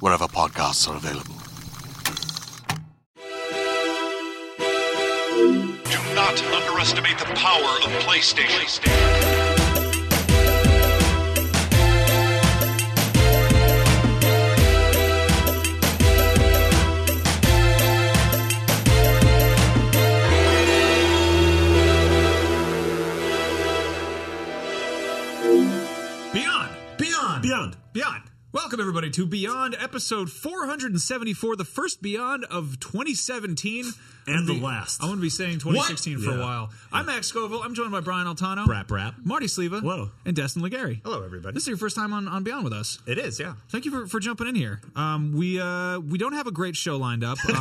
wherever podcasts are available. Do not underestimate the power of PlayStation. Beyond, beyond, beyond, beyond. Welcome everybody to Beyond, episode 474, the first Beyond of 2017 And I'm the be- last. I want to be saying 2016 for a Yeah. while. I'm Max Scoville. I'm joined by Brian Altano, Brap, brap. Marty Sleva, Hello. and Destin Legary. Hello, everybody. This is your first time on, on Beyond with us. It is, yeah. Thank you for, for jumping in here. Um, we uh, we don't have a great show lined up. Um,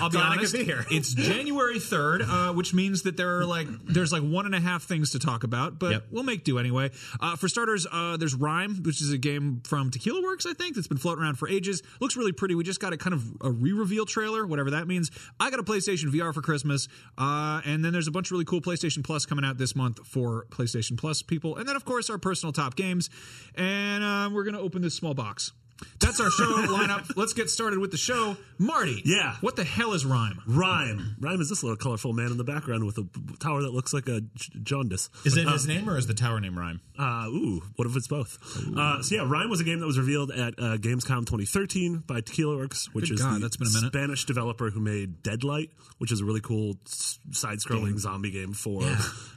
I'll be Glad I could honest. be here. It's January third, uh, which means that there are like there's like one and a half things to talk about, but Yep. we'll make do anyway. Uh, for starters, uh, there's Rhyme, which is a game from Tequila Works, I think, that's been floating around for ages. Looks really pretty. We just got a kind of a re-reveal trailer, whatever that means. I got a PlayStation VR for Christmas, uh, and then there's a bunch of really cool PlayStation Plus coming out this month for PlayStation Plus people, and then of course our personal top games, and uh, we're gonna open this small box. That's our show lineup. Let's get started with the show. Marty. Yeah. What the hell is Rhyme? Rhyme. Rhyme is this little colorful man in the background with a b- b- tower that looks like a j- jaundice. Is it his name or is the tower name rhyme? Uh, ooh, what if it's both? Uh, so yeah, Rhyme was a game that was revealed at uh, Gamescom 2013 by Tequila Works, which Good is God, the that's been a minute. Spanish developer who made Deadlight, which is a really cool s- side-scrolling zombie game for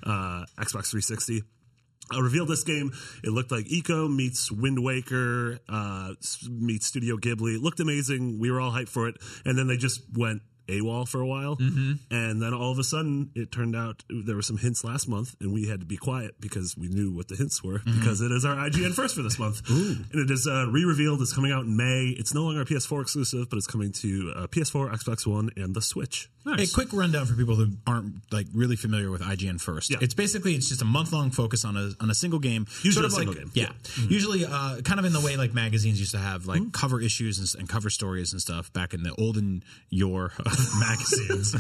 uh, Xbox 360. I revealed this game. It looked like Eco meets Wind Waker uh, s- meets Studio Ghibli. It looked amazing. We were all hyped for it, and then they just went AWOL for a while, and then all of a sudden, it turned out there were some hints last month, and we had to be quiet because we knew what the hints were because it is our IGN first for this month, and it is uh, re-revealed. It's coming out in May. It's no longer a PS4 exclusive, but it's coming to uh, PS4, Xbox One, and the Switch. A quick rundown for people who aren't like really familiar with IGN first. Yeah. It's basically it's just a month long focus on a on a single game. Usually sort a of single like, game. Mm-hmm. Yeah. Usually uh, kind of in the way like magazines used to have like cover issues and, and cover stories and stuff back in the olden yore of magazines.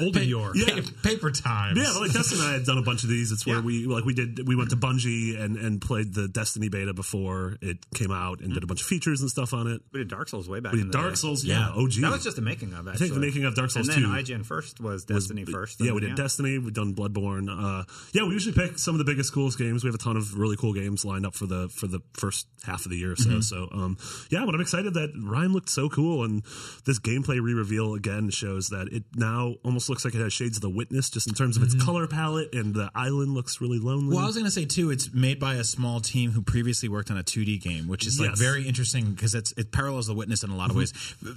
olden yore. yeah. paper times. Yeah, but like Dustin and I had done a bunch of these. It's where Yeah. we like we did we went to Bungie and and played the Destiny beta before it came out and did a bunch of features and stuff on it. We did Dark Souls way back. We in did the Dark day. Souls, Yeah. yeah, OG. That was just the making of. Actually, the making of Dark Souls and then 2. IGN first was Destiny first. Yeah, and we then, did Destiny. We've done Bloodborne. Uh, yeah, we usually pick some of the biggest, coolest games. We have a ton of really cool games lined up for the for the first half of the year or so. So, um, yeah, but I'm excited that Rhyme looked so cool, and this gameplay re-reveal again shows that it now almost looks like it has shades of The Witness, just in terms of its color palette, and the island looks really lonely. Well, I was going to say too. It's made by a small team who previously worked on a 2D game, which is like Yes. Mm-hmm. very interesting because it's it parallels The Witness in a lot of ways.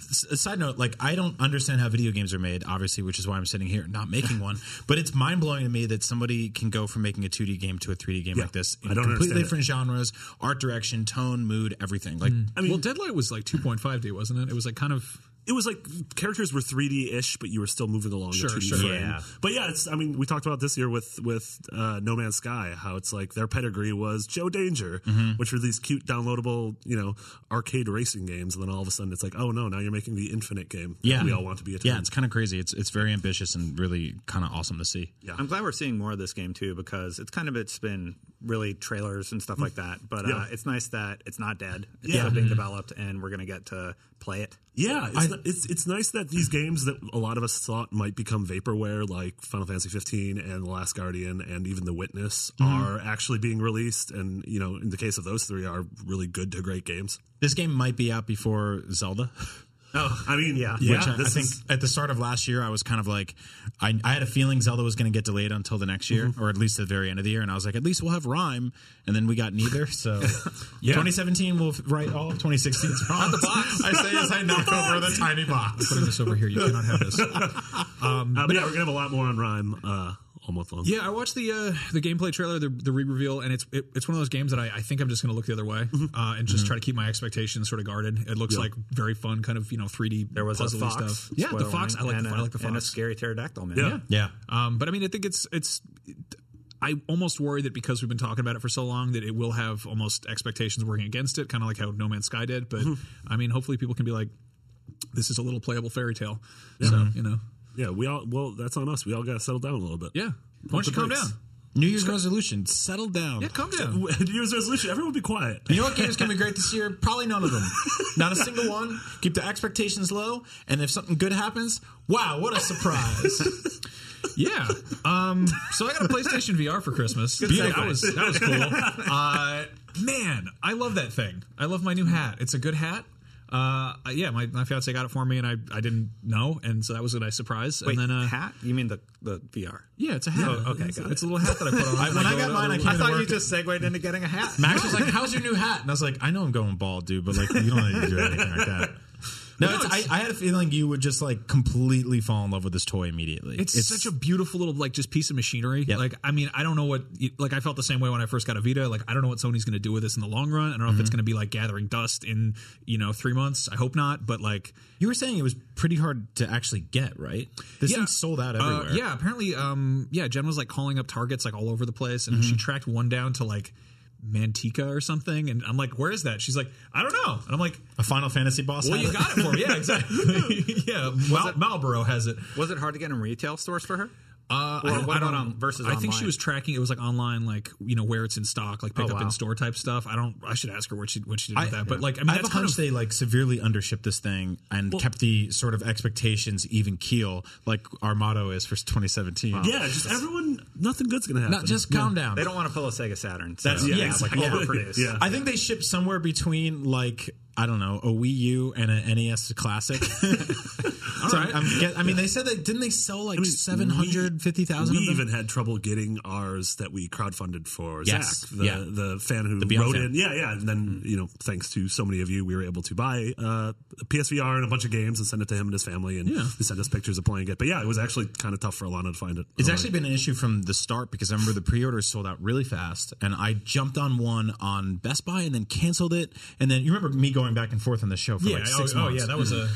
S- a Side note: like I don't understand how video games are made, obviously, which is why I'm sitting here not making one. but it's mind blowing to me that somebody can go from making a 2D game to a 3D game Yeah. like this. I in don't completely understand it. different genres, art direction, tone, mood, everything. Like Mm. I mean, well, Deadlight was like 2.5D, wasn't it? It was like kind of it was like characters were 3D ish, but you were still moving along Sure, the 2D sure. frame. Yeah. But yeah, it's. I mean, we talked about this year with with uh, No Man's Sky, how it's like their pedigree was Joe Danger, which were these cute downloadable, you know, arcade racing games, and then all of a sudden it's like, oh no, now you're making the infinite game. that yeah, we all want to be. A yeah, it's kind of crazy. It's it's very ambitious and really kind of awesome to see. I'm glad we're seeing more of this game too because it's kind of it's been really trailers and stuff like that. But uh, Yeah. it's nice that it's not dead. It's Yeah. still being developed, and we're gonna get to play it. Yeah, it's, n- it's it's nice that these games that a lot of us thought might become vaporware, like Final Fantasy 15 and The Last Guardian and even The Witness, are actually being released, and you know, in the case of those three, are really good to great games. This game might be out before Zelda. Oh, I mean, yeah, Which yeah. I, I this think is- at the start of last year, I was kind of like, I, I had a feeling Zelda was going to get delayed until the next year, Mm-hmm. or at least the very end of the year. And I was like, at least we'll have Rhyme. And then we got neither. So 2017 will write all of 2016's problems. I say as I knock over the tiny box. Putting this over here, you cannot have this. uh, but yeah, we're gonna have a lot more on Rhyme uh, all month long. Yeah, I watched the uh, the gameplay trailer, the, the re-reveal, and it's it, it's one of those games that I, I think I'm just going to look the other way Mm-hmm. uh, and just try to keep my expectations sort of guarded. It looks like very fun, kind of you know 3D There was a puzzly fox. stuff. Yeah, the spoiler fox. I warning, and like the, a- I like the fox. and a scary pterodactyl man. Yeah. Yeah. Um, but I mean, I think it's it's. I almost worry that because we've been talking about it for so long that it will have almost expectations working against it, kind of like how No Man's Sky did. But Mm-hmm. I mean, hopefully people can be like, this is a little playable fairy tale. So Mm-hmm. you know, yeah. We all well, that's on us. We all gotta settle down a little bit. yeah. Why don't you the calm brakes. down? New Year's resolution, settle down. Yeah, calm down. W- New Year's resolution. Everyone be quiet. You know what games can be great this year? Probably none of them. Not a single one. Keep the expectations low, and if something good happens, wow, what a surprise! Yeah. Um, so I got a PlayStation VR for Christmas. That was that was cool. Uh, man, I love that thing. I love my new hat. It's a good hat. Uh, yeah, my, my fiance got it for me, and I, I didn't know, and so that was a nice surprise. Wait, and then uh, hat? You mean the the VR? Yeah, it's a hat. Oh, okay, it's, got it's a little hat that I put on. I- when I go got to mine, other- I came to work. just segued into getting a hat. Max was like, "How's your new hat?" And I was like, "I know I'm going bald, dude, but like, you don't need to do anything like that." No, it's, I, I had a feeling you would just like completely fall in love with this toy immediately. It's, such a beautiful little like just piece of machinery. Yep. Like I mean, I don't know what like I felt the same way when I first got a Vita. Like I don't know what Sony's going to do with this in the long run. I don't know if it's Mm-hmm. going to be like gathering dust in you know three months. I hope not. But like You were saying it was pretty hard to actually get, right? This Yeah. thing sold out Uh, everywhere. yeah, apparently, um, yeah, Jen was like calling up targets like all over the place, and she tracked one down to like Mantica or something. And I'm like, where is that? She's like, I don't know. And I'm like, a Final Fantasy boss. well, had you got it for me. Yeah, exactly. yeah, Mal- Marlboro has it. was it hard to get in retail stores for her? Uh, Or I, what I don't about on- versus I think she online? was tracking. It was like online, like you know where it's in stock, like pick up wow. in store type stuff. I don't. I should ask her what she what she did with that. But like, I mean, I have that's a kind hunch of they like severely undershipped this thing and kept the sort of expectations even keel, like our motto is for 2017. Yeah, just everyone. Nothing good's gonna happen. not just calm down. They don't want to pull a Sega Saturn. So That's- yeah, like yeah. overproduced. Yeah. I think they ship somewhere between like I don't know a Wii U and an NES Classic. So I'm get- I mean, they said they didn't they sell like seven hundred fifty thousand. We even had trouble getting ours that we crowdfunded for Yes. Zach, the, Yeah. the fan who Beyond wrote fan. in. Yeah, yeah. And then, you know, thanks to so many of you, we were able to buy uh, a PSVR and a bunch of games and send it to him and his family. And they sent us pictures of playing it. But yeah, it was actually kind of tough for Alana to find it. It's online. actually been an issue from the start because I remember the pre-orders sold out really fast, and I jumped on one on Best Buy and then canceled it, and then you remember me going back and forth on the show for yeah. like oh, six oh, months. yeah, that was a.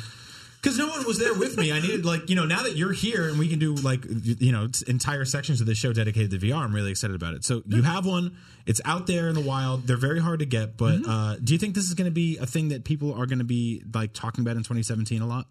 because no one was there with me. I needed like you know now that you're here and we can do like you know entire sections of the show dedicated to VR. I'm really excited about it. So you have one. It's out there in the wild. They're very hard to get, but Mm-hmm. uh, do you think this is going to be a thing that people are going to be like talking about in 2017 a lot?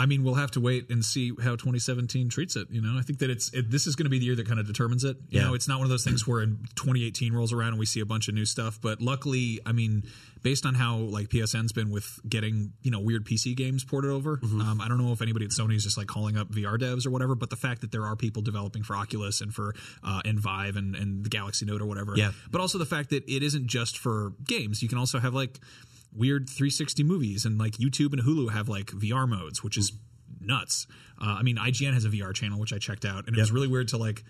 I mean, we'll have to wait and see how 2017 treats it. You know, I think that it's it, this is going to be the year that kind of determines it. You Yeah. know, it's not one of those things where in 2018 rolls around and we see a bunch of new stuff. But luckily, I mean, based on how like PSN's been with getting you know weird PC games ported over, um, I don't know if anybody at Sony is just like calling up VR devs or whatever. But the fact that there are people developing for Oculus and for uh, and Vive and and the Galaxy Note or whatever. Yeah. But also the fact that it isn't just for games. You can also have like weird 360 movies and like YouTube and Hulu have like VR modes, which is nuts. Uh, I mean, IGN has a VR channel, which I checked out, and it was really weird to like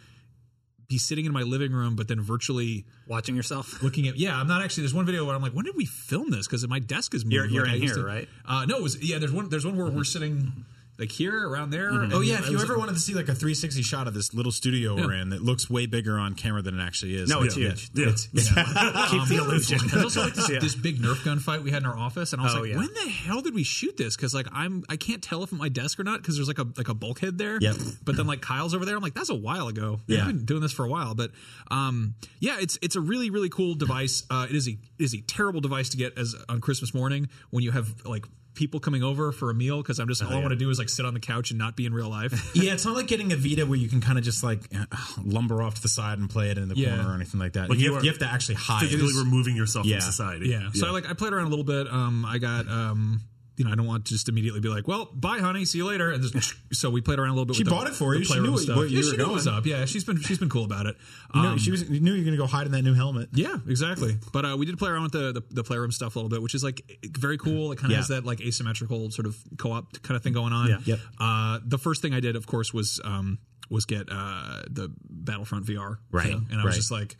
be sitting in my living room, but then virtually Watching yourself. looking at yeah i'm not actually there's one video where i'm like when did we film this because my desk is moving You're- you're like I in used here, to- right? uh no it was yeah there's one there's one where we're sitting like here around there Mm-hmm. Oh yeah, if you ever wanted to see like a 360 shot of this little studio we're in that looks way bigger on camera than it actually is. No, like, it's huge. Yeah. Keep the illusion. Um, there's also like this, this big Nerf gun fight we had in our office, and I was Oh, like, yeah. "When the hell did we shoot this?" Because like I'm, I can't tell if I'm at my desk or not because there's like a like a bulkhead there. Yep. But then like Kyle's over there. I'm like, "That's a while ago." Yeah. Yeah. I've been doing this for a while, but um, yeah, it's it's a really really cool device. Uh, it is a it is a terrible device to get as on Christmas morning when you have like people coming over for a meal because I'm Oh, just all I want to do is like sit on the couch and not be in real life. Yeah, it's not like getting a Vita where you can kind of just like eh, lumber off to the side and play it in the Yeah. corner or anything like that. you, you have, are you have to actually hide. physically removing yourself Yeah. from society. Yeah. So I like I played around a little bit. Um, I got um, you know, I don't want to just immediately be like, well, bye, honey, see you later. And just, so we played around a little bit. She with the- bought it for the you. She playroom knew what- stuff. what you yeah, were she knew it was going. up. Yeah, she's been she's been cool about it. You know, Um, she was you knew you were going to go hide in that new helmet. yeah, exactly. But uh, we did play around with the, the the playroom stuff a little bit, which is like very cool. It kind of Yeah. has that like asymmetrical sort of co-op kind of thing going on. Yeah. Yep. Uh, the first thing I did, of course, was um, was get uh, the Battlefront VR. Right, And I was right. just like,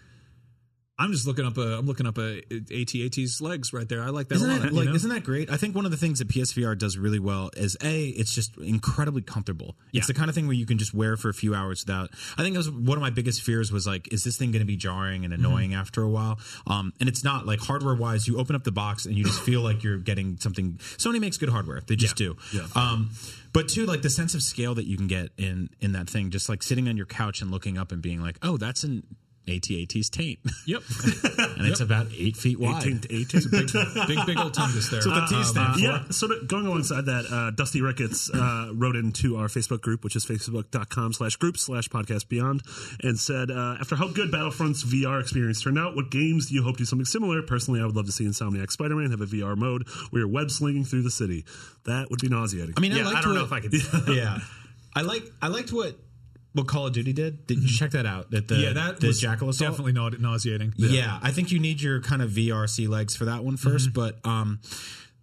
I'm just looking up a I'm looking up a ATAT's legs right there. I like that Isn't a lot. that, like, you know? isn't that great? I think one of the things that PSVR does really well is a, it's just incredibly comfortable. Yeah. It's the kind of thing where you can just wear for a few hours without. I think that was one of my biggest fears was like, is this thing going to be jarring and annoying after a while? Um, and it's not like hardware wise. You open up the box and you just feel like you're getting something. Sony makes good hardware. They just do. Um, but two, like the sense of scale that you can get in in that thing, just like sitting on your couch and looking up and being like, oh, that's an ATAT's taint, yep. and it's about eight feet wide. 18 to 18. big big old tungus there. Um, That's what the T stand for. Yeah, so to- going alongside that, uh, Dusty Ricketts uh, wrote into our Facebook group, which is facebook.com slash group slash podcast beyond, and said, uh, after how good Battlefront's VR experience turned out, what games do you hope do something similar? Personally, I would love to see Insomniac Spider-Man have a VR mode where you're web slinging through the city. That would be nauseating. I mean, I, Yeah, liked I don't what, know if I could do that. yeah, I like I liked what what Call of Duty did. Did you check that out? That the yeah, that the was Jackal Assault? definitely nau- nauseating. Yeah. I think you need your kind of VRC legs for that one first, But um,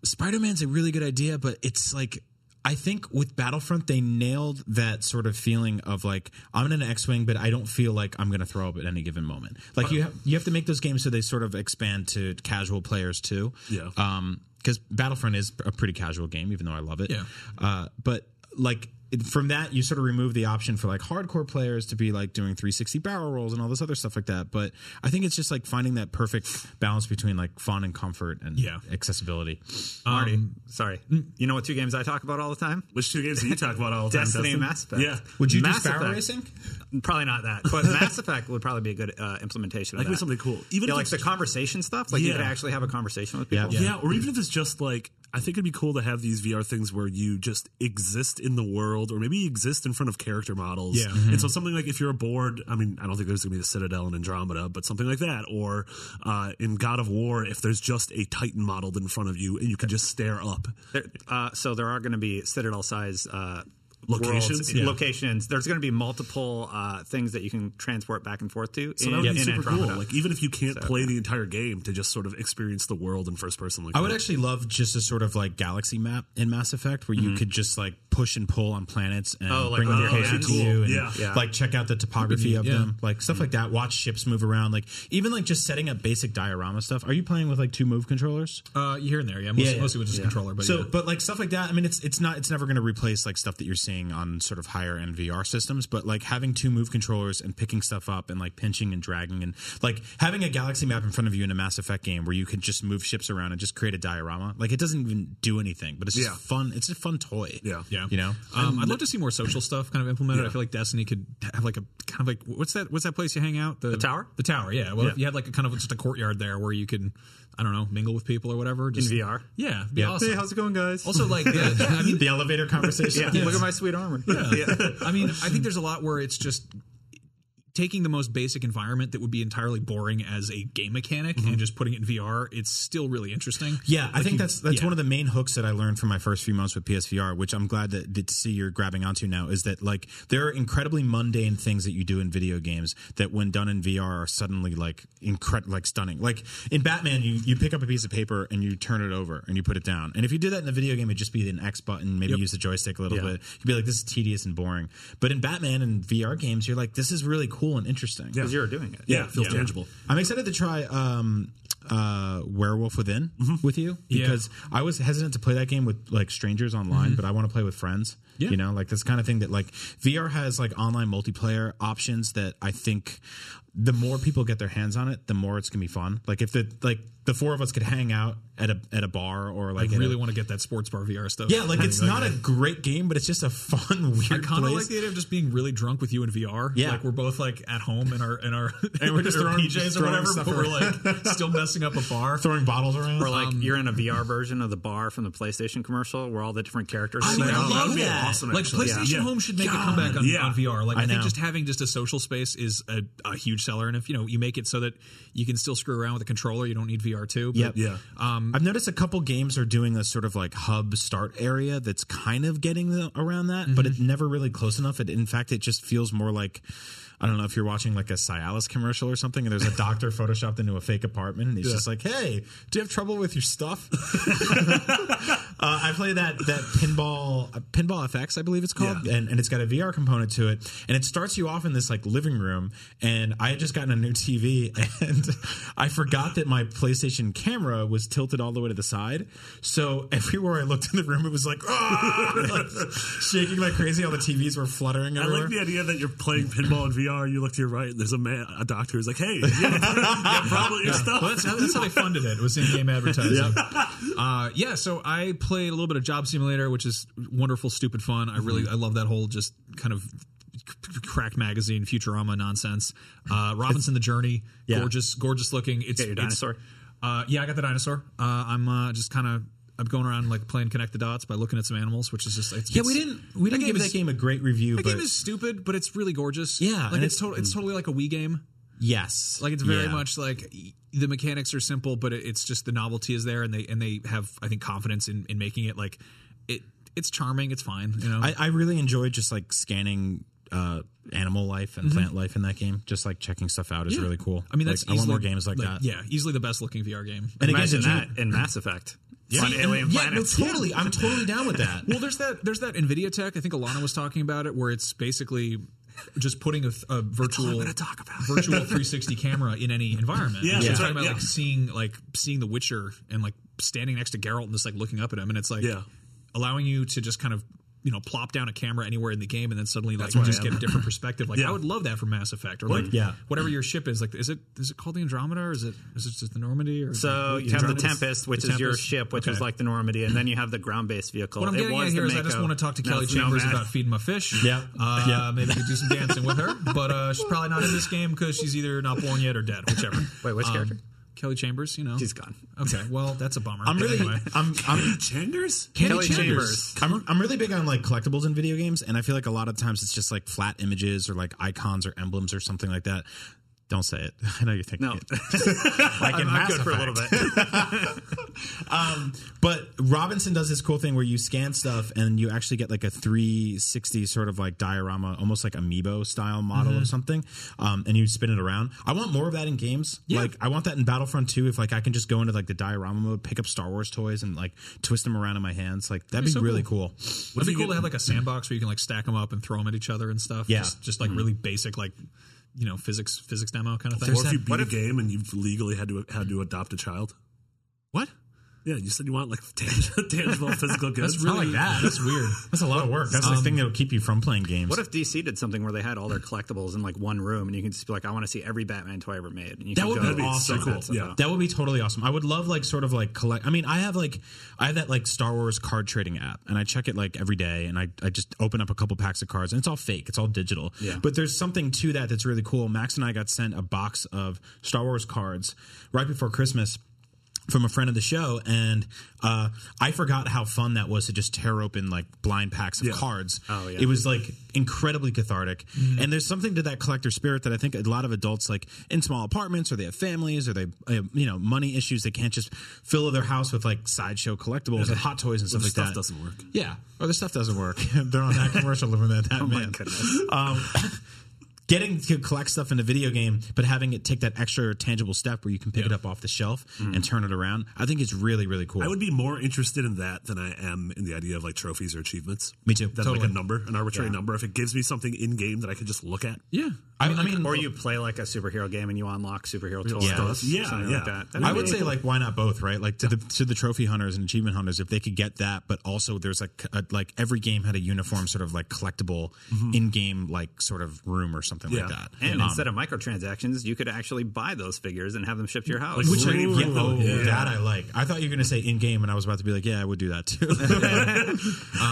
Spider Man's a really good idea, but it's like. I think with Battlefront, they nailed that sort of feeling of like I'm in an X-wing, but I don't feel like I'm going to throw up at any given moment. Like you have you have to make those games so they sort of expand to casual players too. Yeah. Um, because Battlefront is a pretty casual game, even though I love it. Yeah. Uh, but like it- from that, you sort of remove the option for like hardcore players to be like doing 360 barrel rolls and all this other stuff like that. But I think it's just like finding that perfect balance between like fun and comfort and Yeah. accessibility. Marty, sorry. Mm, You know what two games I talk about all the time? Um, which two games do you talk about all the time? Destiny and Mass Dustin? Effect. Yeah. Would you Mass do barrel Effect. racing? Probably not that, but Mass Effect would probably be a good uh, implementation. Like, of with that. something cool. Even yeah, if like it's the ju- conversation stuff. Like you Yeah. could actually have a conversation with people. Yeah. Yeah, or even if it's just like I think it'd be cool to have these VR things where you just exist in the world, or maybe you exist in front of character models. Yeah. and so something like if you're bored, I mean, I don't think there's gonna be the Citadel and Andromeda, but something like that, or uh, in God of War, if there's just a Titan modeled in front of you and you can just stare up. There, uh, so there are going to be citadel size uh, Locations? worlds, Yeah. Locations. There's going to be multiple uh, things that you can transport back and forth to. So in, that would be in super Andromeda. cool. Like even if you can't play the entire game, to just sort of experience the world in first person. Like I would that. actually love just a sort of like galaxy map in Mass Effect where you could just like push and pull on planets and Oh, like bring with them your closer hands? to you and Yeah. Yeah. like check out the topography of yeah. them, like stuff like that. Watch ships move around, like even like just setting up basic diorama stuff. Are you playing with like two move controllers? Uh, here and there, yeah. Mostly, Yeah, yeah. mostly with just controller, but so, yeah. but like stuff like that. I mean, it's it's not it's never going to replace like stuff that you're seeing on sort of higher end VR systems. But like having two move controllers and picking stuff up and like pinching and dragging and like having a galaxy map in front of you in a Mass Effect game where you can just move ships around and just create a diorama. Like it doesn't even do anything, but it's just Yeah. fun. It's a fun toy. Yeah. Yeah, You know. um, I'd love to see more social stuff kind of implemented. I feel like Destiny could have like a kind of like what's that? What's that place you hang out? The, tower? The tower. Yeah. Well, if Yeah. you had like a kind of just a courtyard there where you could, I don't know, mingle with people or whatever. Just, VR. Yeah. it'd Be awesome. Hey, how's it going, guys? also, like, yeah, I mean, the elevator conversation. yeah, look at my sweet armor. Yeah. I mean, I think there's a lot where it's just taking the most basic environment that would be entirely boring as a game mechanic Mm-hmm. and just putting it in VR. It's still really interesting. Yeah, I think that's that's yeah. one of the main hooks that I learned from my first few months with PSVR, which I'm glad that, that to see you're grabbing onto now is that like there are incredibly mundane things that you do in video games that when done in VR are suddenly like incredible, like stunning. Like in Batman, you you pick up a piece of paper and you turn it over and you put it down. And if you did that in a video game, it'd just be an X button, maybe use the joystick a little bit. You'd be like, this is tedious and boring. But in Batman and VR games, you're like, this is really cool and interesting. Because you were doing it. yeah, it feels tangible. I'm excited to try um, uh, Werewolf Within with you because I was hesitant to play that game with like strangers online, but I want to play with friends. Yeah. You know, like this kind of thing that like VR has like online multiplayer options that I think the more people get their hands on it, the more it's gonna be fun. Like if the like the four of us could hang out at a at a bar or like I at a- really want to get that sports bar VR stuff. yeah, like it's Like not a great game, but it's just a fun I weird kind of place. like the idea of just being really drunk with you in VR. Yeah. like we're both like at home in our in our And we're just in our throwing- PJs just or throwing whatever, stuff but we're like still messing up a bar. throwing bottles around. Or um, like you're in a VR version of the bar from the PlayStation commercial where all the different characters I hang would out. love That would be that. awesome, like actually. PlayStation Yeah. Home should make a comeback on, yeah. on VR. Like I, I think know. just having just a social space is a, a huge seller, and if you know you make it so that you can still screw around with the controller, you don't need VR two. but- Yep. Yeah. I've noticed a couple games are doing this sort of like hub start area that's kind of getting the, around that, but it's never really close enough. It, in fact, it just feels more like I don't know if you're watching like a Cialis commercial or something, and there's a doctor photoshopped into a fake apartment, and he's just like, "Hey, do you have trouble with your stuff?" Uh, I play that that pinball uh, pinball FX, I believe it's called, and, and it's got a VR component to it, and it starts you off in this like living room, and I had just gotten a new TV, and I forgot that my PlayStation camera was tilted all the way to the side, so everywhere I looked in the room, it was like, "Ah!" like, shaking like crazy. All the TVs were fluttering. I Everywhere. like the idea that you're playing pinball in VR. You look to your right, and there's a man, a doctor who's like, "Hey, you have a problem with your stuff." Well, that's how, that's how they funded it. Was in game advertising. Uh, yeah. So I played a little bit of Job Simulator, which is wonderful, stupid fun. I Mm-hmm. really, I love that whole just kind of c- crack magazine Futurama nonsense. Uh, Robinson the Journey, gorgeous, gorgeous looking. It's your it's- dinosaur? uh, yeah, I got the dinosaur. Uh, I'm uh, just kind of. I'm going around like playing connect the dots by looking at some animals, which is just it's, yeah, we it's- didn't we didn't give game that is- game a great review, That but game is stupid, but it's really gorgeous. Yeah, like and it's it's- Mm. to- it's totally like a Wii game. yes, Like it's very Yeah. much like y- the mechanics are simple, but it- it's just the novelty is there, and they and they have I think confidence in, in making it like it. It's charming. It's fine. You know. I, I really enjoyed just like scanning uh animal life and plant life in that game. Just like checking stuff out is Mm-hmm. Yeah. really cool. I mean, Like, that's I want easily- more games like, that. Yeah, easily the best looking VR game. And again, Imagine did you- that in Mass Effect. on See, and- alien yeah, no, planets. totally. I'm totally down with that. Well, there's that there's that Nvidia tech. I think Alana was talking about it, where it's basically just putting a, a virtual virtual 360 camera in any environment. Yeah, She was that's talking right, about yeah. like seeing like seeing The Witcher and like standing next to Geralt and just like looking up at him, and it's like Yeah. allowing you to just kind of you know plop down a camera anywhere in the game, and then suddenly like you where I just am. get a different perspective. Like Yeah. I would love that for Mass Effect or like Yeah. whatever your ship is. Like is it is it called the Andromeda or is it is it just the Normandy or So you have the Tempest, which is your ship, which is is like the Normandy, and then you have the ground-based vehicle. what I'm It getting was at the here is I just Mako. want to talk to No, Kelly it's Chambers Nomad. about feeding my fish. Yeah. Uh, Maybe we could do some dancing with her. But uh, she's probably not in this game because she's either not born yet or dead, whichever. Um, Wait, which character? Kelly Chambers, you know. She's gone. Okay, well, that's a bummer. I'm really, Anyway. I'm, I'm, Chambers? Kelly Chambers. I'm, I'm really big on like collectibles in video games, and I feel like a lot of times it's just like flat images or like icons or emblems or something like that. Don't say it. I know you're thinking No. it. Like in I'm Mass good for a Effect. little But Robinson does this cool thing where you scan stuff and you actually get like a 360 sort of like diorama, almost like amiibo style model Mm-hmm. of something, um, and you spin it around. I want more of that in games. Like I want that in Battlefront 2 if like I can just go into like the diorama mode, pick up Star Wars toys and like twist them around in my hands. Like that'd be so really cool. cool. It'd be cool to have like a sandbox where you can like stack them up and throw them at each other and stuff. Yeah. Mm-hmm. Just, just like really basic, like, you know, physics physics demo kind of thing. Or if you beat a game and you've legally had to had to adopt a child. what? Yeah, you said you want like tangible, tangible physical goods. That's really that. That's weird. Um, That's a lot of work. That's the thing that'll keep you from playing games. What if DC did something where they had all their collectibles in like one room, and you can just be like, I want to see every Batman toy ever made. And you That can would go be awesome. check Cool. that stuff Yeah. out. That would be totally awesome. I would love like sort of like collect. I mean, I have like I have that like Star Wars card trading app, and I check it like every day, and I I just open up a couple packs of cards, and it's all fake, it's all digital. Yeah. But there's something to that that's really cool. Max and I got sent a box of Star Wars cards right before Christmas. From a friend of the show, and uh, I forgot how fun that was to just tear open like blind packs of cards. Oh, yeah. It was like incredibly cathartic. And there's something to that collector spirit that I think a lot of adults, like in small apartments, or they have families, or they, have, you know, money issues. They can't just fill their house with like sideshow collectibles and hot toys and stuff like stuff that. doesn't work. Yeah, or the stuff doesn't work. They're on that commercial living that. that oh man. goodness. Um, Getting to collect stuff in a video game, but having it take that extra tangible step where you can pick it up off the shelf and turn it around, I think is really, really cool. I would be more interested in that than I am in the idea of like trophies or achievements. Me too. Than like Totally. a number, an arbitrary number. If it gives me something in game that I could just look at. Yeah. I, I mean, Or you play like a superhero game and you unlock superhero toys. stuff. or Yeah, something yeah. Like that. I would say like why not both, right? Like to the to the trophy hunters and achievement hunters, if they could get that, but also there's like a, like every game had a uniform sort of like collectible in game like sort of room or something like Yeah. that. And Um, instead of microtransactions, you could actually buy those figures and have them shipped to your house. which I, Ooh. yeah, oh, Yeah. that I like. I thought you were going to say in game, and I was about to be like, yeah, I would do that too. Um,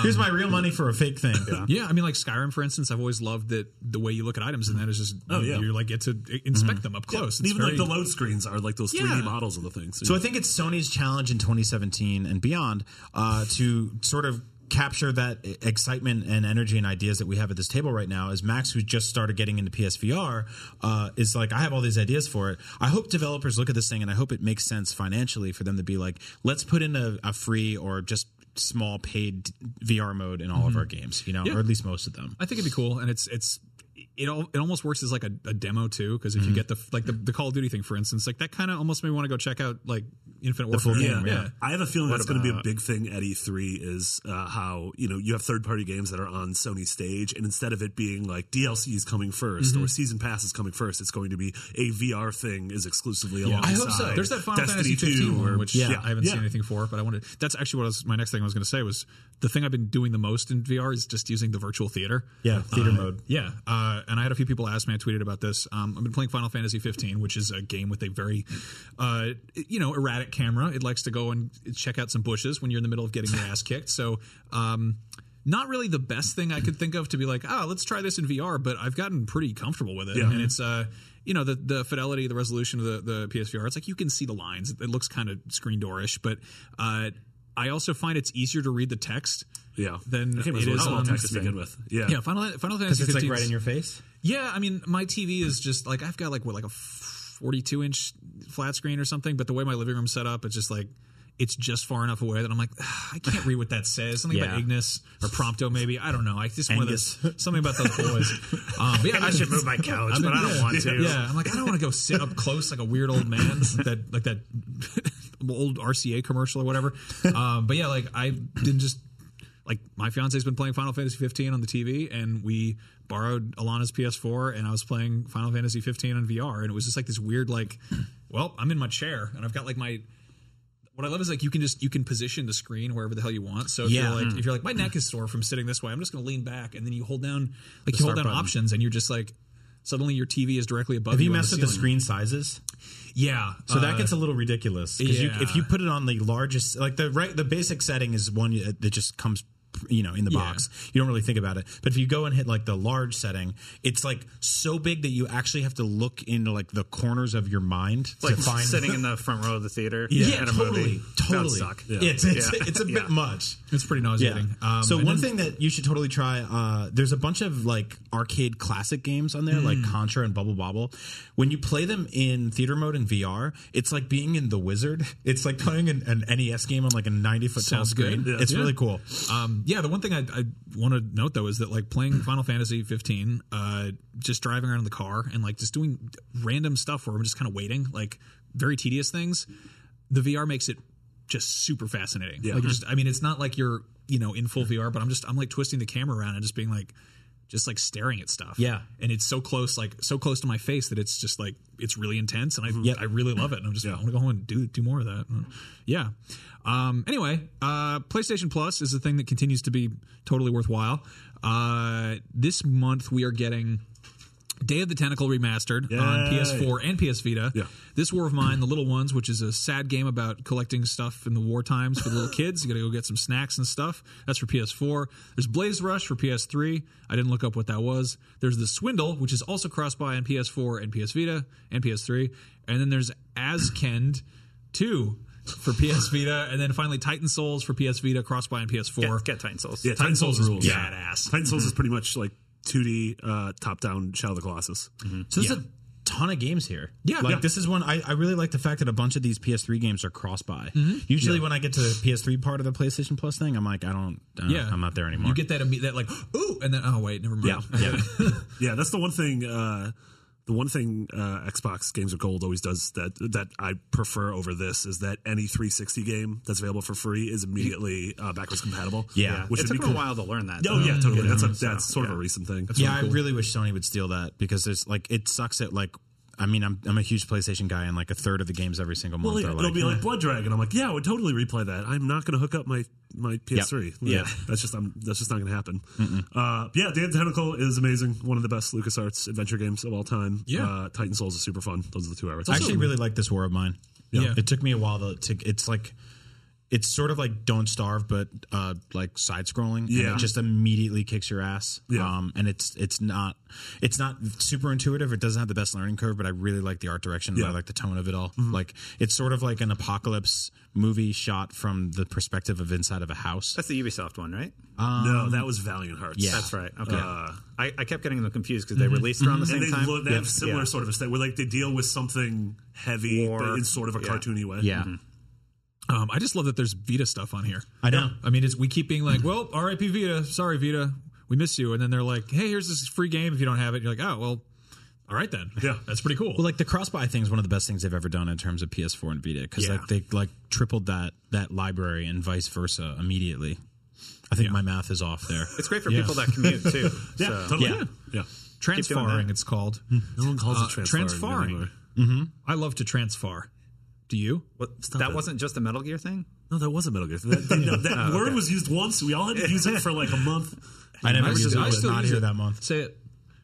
Here's my real money for a fake thing. Yeah, I mean, like Skyrim, for instance, I've always loved that the way you look at items in that is just Oh, you, yeah. Mm-hmm. you like get to inspect them up close. It's Even like very- the load screens are like those 3D Yeah. models of the things. So I think it's Sony's challenge in 2017 and beyond uh, to sort of capture that e- excitement and energy and ideas that we have at this table right now is Max, who just started getting into PSVR, uh, is like, I have all these ideas for it. I hope developers look at this thing and I hope it makes sense financially for them to be like, let's put in a, a free or just small paid VR mode in all of our games, you know, or at least most of them. I think it'd be cool, and it's it's it all it almost works as like a, a demo too because if Mm-hmm. you get the like the, the Call of Duty thing for instance, like that kind of almost made me want to go check out like Infinite Warfare. Yeah, game, yeah. I have a feeling that's going to be a about- big thing at E3 is uh, how you know you have third party games that are on Sony stage, and instead of it being like DLC is coming 1st or season pass is coming first, it's going to be a VR thing is exclusively I alongside. hope so. Uh, There's that Final Destiny Fantasy 15 2 one, or- which yeah, I haven't yeah. seen anything for, but I wanted. That's actually what I was, my next thing I was going to say was the thing I've been doing the most in VR is just using the virtual theater. Yeah, theater Uh, mode. Yeah, uh, and I had a few people ask me. I tweeted about this. Um, I've been playing Final Fantasy 15, which is a game with a very, uh, you know, erratic camera. It likes to go and check out some bushes when you're in the middle of getting your ass kicked. So. Um, not really the best thing I could think of to be like, ah, let's try this in VR, but I've gotten pretty comfortable with it. And it's uh you know the the fidelity, the resolution of the the PSVR. It's like you can see the lines. It looks kind of screen doorish, but uh, I also find it's easier to read the text. Yeah. Then I can't it remember is what on it's text to begin with. Yeah. Yeah, Final Final Fantasy. It's like 15 's- right in your face. yeah, I mean, my TV is just like I've got like what like a forty-two inch flat screen or something, but the way my living room's set up, it's just like it's just far enough away that I'm like "Ah, I can't read what that says. Something Yeah. about Ignis or Prompto, maybe I don't know. I just one of those something about those boys. Um, but yeah, I should move my couch, but I don't want to. Yeah, I'm like I don't want to go sit up close like a weird old man like that like that old RCA commercial or whatever. Um, but yeah, like I didn't just like my fiance's been playing Final Fantasy 15 on the TV, and we borrowed Alana's PS4, and I was playing Final Fantasy 15 on VR, and it was just like this weird like, well, I'm in my chair, and I've got like my. What I love is like you can just you can position the screen wherever the hell you want. So if Yeah. Hmm. you're like if you're like my neck is sore from sitting this way, I'm just going to lean back, and then you hold down like The you hold start down button. options, and you're just like suddenly your TV is directly above Have you on messed with the ceiling. screen sizes? Yeah, So that uh, gets a little ridiculous because yeah. if you put it on the largest, like the right, the basic setting is one that just comes, you know, in the Yeah. box. You don't really think about it. But if you go and hit like the large setting, it's like so big that you actually have to look into like the corners of your mind like to find. sitting in the front row of the theater. yeah, at a totally, movie. That would totally. suck. It's it's, Yeah. it's a bit Yeah. much. it's pretty nauseating. Um, so and one then- thing that you should totally try. Uh, there's a bunch of like arcade classic games on there, like Hmm. Contra and Bubble Bobble. When you play them in theater mode in VR, it's like being in The Wizard. It's like playing an, an NES game on like a 90 foot tall Sounds screen. good. Yeah. It's Yeah. really cool. Um, yeah, the one thing I, I want to note though is that like playing Final Fantasy 15, uh, just driving around in the car and like just doing random stuff where I'm just kind of waiting, like very tedious things. The VR makes it just super fascinating. Yeah. Mm-hmm. Like just, I mean, it's not like you're you know in full VR, but I'm just I'm like twisting the camera around and just being like. Just like staring at stuff, Yeah. and it's so close, like so close to my face that it's just like it's really intense, and I I really love it, and I'm just I want to go home and do do more of that. Yeah. Um, anyway, uh, PlayStation Plus is the thing that continues to be totally worthwhile. Uh, this month we are getting Day of the Tentacle remastered on Yay. PS4 and PS Vita. Yeah. This War of Mine, The Little Ones, which is a sad game about collecting stuff in the war times for the little kids. You got to go get some snacks and stuff. That's for PS4. There's Blaze Rush for PS3. I didn't look up what that was. There's The Swindle, which is also cross by on PS4 and PS Vita and PS3. And then there's Azkend 2 for PS Vita. And then finally Titan Souls for PS Vita, cross by on PS4. Get, get Titan Souls. Yeah, Titan Souls rules. yeah. badass. Titan Souls is pretty much like 2D uh, top down Shadow of the Colossus. So there's a ton of games here. Yeah. Like Yeah. this is one I, I really like the fact that a bunch of these PS3 games are cross by. Mm-hmm. Usually when I get to the PS3 part of the PlayStation Plus thing, I'm like, I don't, uh, Yeah. I'm not there anymore. You get that, imme- that like, ooh, and then, oh, wait, never mind. Yeah. Yeah, that's the one thing. Uh, the one thing uh, Xbox Games of Gold always does that that I prefer over this is that any 360 game that's available for free is immediately uh, backwards compatible. Yeah. which it would be took me cool. a while to learn that. Oh though. yeah, totally. That's a, So, that's sort of yeah. a recent thing. yeah, I really wish Sony would steal that because there's like it sucks at like I mean I'm I'm a huge PlayStation guy and like a third of the games every single month Well, yeah, are it'll like, be like Blood Dragon. I'm like, yeah, I would totally replay that. I'm not going to hook up my my PS3. Yeah. that's just I'm, that's just not going to happen. Uh, yeah, Dan Tentacle is amazing. One of the best LucasArts adventure games of all time. Yeah. uh, Titan Souls is super fun. Those are the two I would I recommend. actually really like this War of Mine. Yeah. it took me a while to, to it's like it's sort of like Don't Starve, but uh, like side scrolling. Yeah. it just immediately kicks your ass. Yeah. Um, and it's it's not it's not super intuitive. It doesn't have the best learning curve, but I really like the art direction. Yeah. Mm-hmm. I like the tone of it all. Like it's sort of like an apocalypse movie shot from the perspective of inside of a house. That's the Ubisoft one, right? no, that was Valiant Hearts. yeah. That's right. Okay. Uh, I, I kept getting them confused because they released around the same and Mm-hmm, they, time. look, they have Yeah. similar Yeah. sort of aesthetic where like they deal with something heavy War. but in sort of a Yeah. cartoony way. yeah. Um, I just love that there's Vita stuff on here. I know. Mm-hmm. I mean, it's we keep being like, well, R.I.P. Vita. Sorry, Vita. We miss you. And then they're like, hey, here's this free game. If you don't have it, you're like, oh, well, all right then. Yeah. that's pretty cool. Well, like the cross-buy thing is one of the best things they've ever done in terms of PS4 and Vita because Yeah. like they like tripled that that library and vice versa immediately. I think my math is off there. It's great for people that commute too. Yeah, so. totally. Yeah. yeah. doing transfaring, that. it's called. No one calls Uh, it transfaring. transfaring. anymore. Mm-hmm. I love to transfar. Do you? What, Stop that it. wasn't Oh, just a Metal Gear thing. No, that was a Metal Gear. That, that- no, that word was used once. We all had to use it for like a month. I never I used still- it. I I was still not use here it. that month. Say it.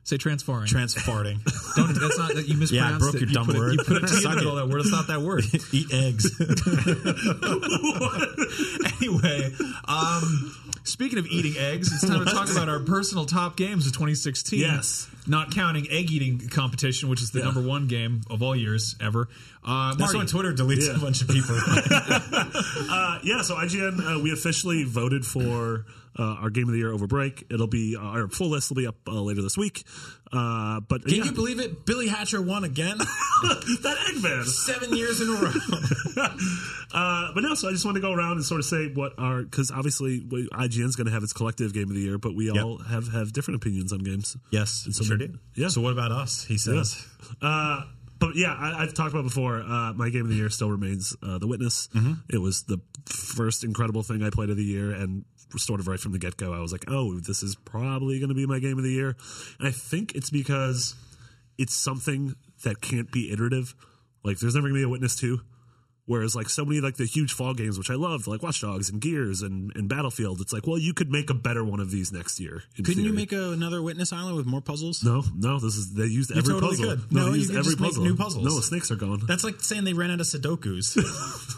Say transfaring. Transfarting. Don't. That's not that you mispronounced broke it. your you dumb put It, word. you put it to the Suck middle it. of that word. It's not that word. Eat eggs. anyway, um, speaking of eating eggs, it's time to talk about our personal top games of 2016. Yes. Not counting egg eating competition, which is the number one game of all years ever. Uh, That's Marty, when Twitter deletes a bunch of people. Uh, yeah, so IGN, uh, we officially voted for uh, our game of the year over break. It'll be uh, our full list will be up uh, later this week. Uh, but Can yeah, you believe it? Billy Hatcher won again, that Eggman. seven years in a row. Uh, but no, so I just want to go around and sort of say what our because obviously we, IGN's going to have its collective game of the year, but we all have have different opinions on games. Yes, And so sure then- do. Yeah. So what about us? He says. Uh, but yeah, I, I've talked about before. Uh, my game of the year still remains uh, The Witness. Mm-hmm. It was the first incredible thing I played of the year, and sort of right from the get go, I was like, "Oh, this is probably going to be my game of the year." And I think it's because it's something that can't be iterative. Like, there's never going to be a Witness two. Whereas, like so many like the huge fall games, which I loved, like Watch Dogs and Gears and, and Battlefield, it's like, well, you could make a better one of these next year. in Couldn't you theory. make a, another Witness Island with more puzzles? No, no. This is they used every totally puzzle. could. No, No, they you used could every just make puzzle. new puzzles. No, snakes are gone. That's like saying they ran out of Sudokus.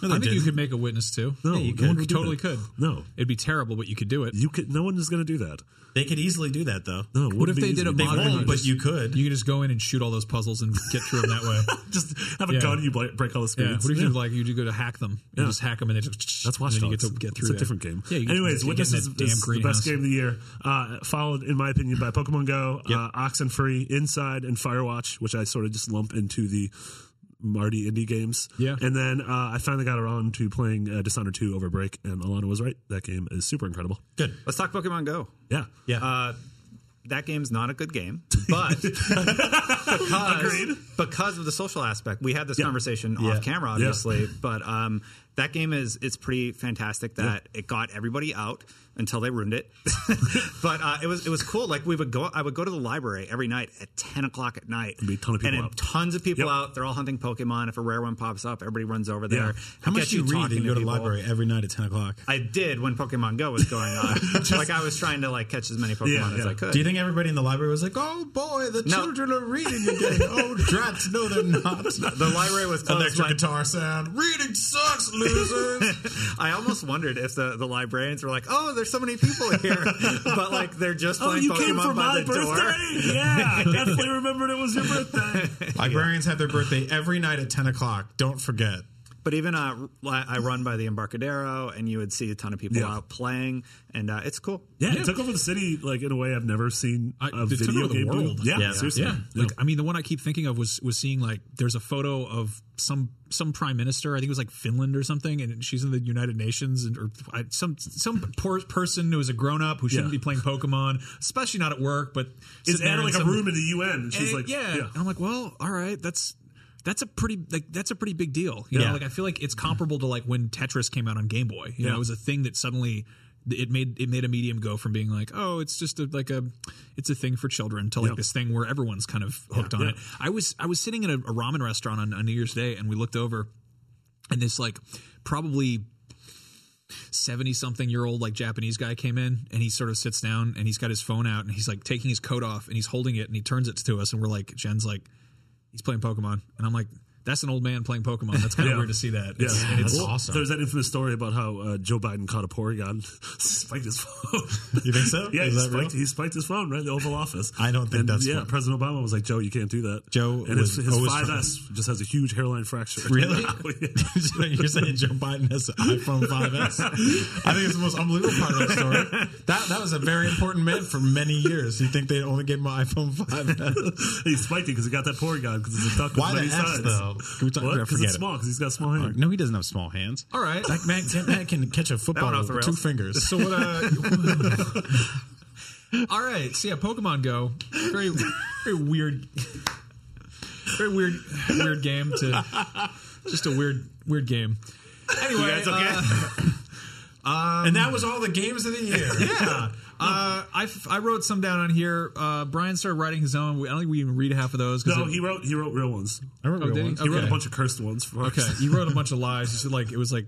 I think you could make a witness too. no, you no could. one would do totally that. could. No, It'd be terrible, but you could do it. you could. No one is going to do that. they could easily do that though. No, it what if wouldn't be they easy did a to do. mod? won't, where but just- you could. You could just go in and shoot all those puzzles and get through them that way. Just have a Yeah. gun. You bl- break all the Yeah. screens. What if you Yeah. like you do go to hack them? You Yeah. just hack them and they just That's Watch and then Dogs. You get to get through. it's a there. different game. Yeah. You can Anyways, just get Witness in is, that damn is the greenhouse. best game of the year, uh, followed, in my opinion, by Pokemon Go, uh, Oxenfree, Inside, and Firewatch, which I sort of just lump into the Marty indie games. Yeah. And then uh, I finally got around to playing uh, Dishonored 2 over break, and Alana was right. That game is super incredible. Good. Let's talk Pokemon Go. Yeah. Yeah. Uh, that game's not a good game, but because, because of the social aspect, we had this Yeah. conversation Yeah. off camera, obviously. But um, that game is it's pretty fantastic that it got everybody out until they ruined it. but uh, it was it was cool. Like we would go, I would go to the library every night at ten o'clock at night. There'd be a ton of people and out. tons of people Yep. out. They're all hunting Pokemon. If a rare one pops up, everybody runs over there. Yeah. It How much gets do you read that talking you go to the people. library every night at ten o'clock? I did when Pokemon Go was going on. like I was trying to like catch as many Pokemon Yeah, as yeah. I could. Do you think everybody in the library was like, "Oh boy, the No. children are reading again"? oh, drats! No, they're not. the library was closed. Electric by- guitar sound. Reading sucks, losers. I almost wondered if the, the librarians were like, "Oh, there's so many people here," but like they're just Oh, playing you came for Pokemon by my the birthday! door. Yeah, definitely remembered it was your birthday. Librarians have their birthday every night at ten o'clock. Don't forget. But even uh, I I run by the Embarcadero, and you would see a ton of people Yeah. out playing, and uh, it's cool. Yeah, it took over the city like in a way I've never seen I- a it took video over the game. do. world. Yeah, Yeah. seriously. Yeah, No. like I mean, the one I keep thinking of was was seeing like there's a photo of some some prime minister. I think it was like Finland or something, and she's in the United Nations, and or I, some some poor person who is a grown up who shouldn't Yeah. be playing Pokemon, especially not at work. But It's sitting there at in like a some- room in the UN. And she's and- like, yeah. And I'm like, well, all right, that's. That's a pretty like that's a pretty big deal. You Yeah. know, like I feel like it's comparable to like when Tetris came out on Game Boy. You know, Yeah. it was a thing that suddenly it made it made a medium go from being like, oh, it's just a, like a it's a thing for children to like Yeah. this thing where everyone's kind of hooked on it. I was I was sitting in a, a ramen restaurant on, on New Year's Day and we looked over and this like probably 70 something year old like Japanese guy came in and he sort of sits down and he's got his phone out and he's like taking his coat off and he's holding it and he turns it to us and we're like Jen's like he's playing Pokemon and I'm like That's an old man playing Pokemon. That's kind of Yeah. weird to see that. Yeah, It's- That's it's- awesome. There's that infamous story about how uh, Joe Biden caught a Porygon, spiked his phone. You think so? yeah, Is he that real? spiked, he spiked his phone right in the Oval Office. I don't think And, that's Yeah, real. President Obama was like, "Joe, you can't do that." Joe and his, was his always 5S just has a huge hairline fracture. Really? Now, yeah. So You're saying Joe Biden has an iPhone 5S? I think it's the most unbelievable part of that story. That that was a very important man for many years. You think they only gave him an iPhone 5S? he spiked it because he got that Porygon because it's a duck. with Why the many S, sides. though? Can we talk What? about- Because forget it's it. small. Because he's got small hands. No, he doesn't have small hands. All right. Like man, that man can catch a football off the with two rails. fingers. So what? Uh, all right. So yeah, Pokemon Go. Very, very weird. Very weird, weird game to. Just a weird, weird game. Anyway, uh, um, guys okay? and that was all the games of the year. yeah. Uh, I, f- I wrote some down on here. Uh, Brian started writing his own. We- I don't think we even read half of those. 'cause No, it- he wrote he wrote real ones. I Oh, remember did he? once. He wrote Okay. a bunch of cursed ones. For Okay, he wrote a bunch of lies. He said like it was like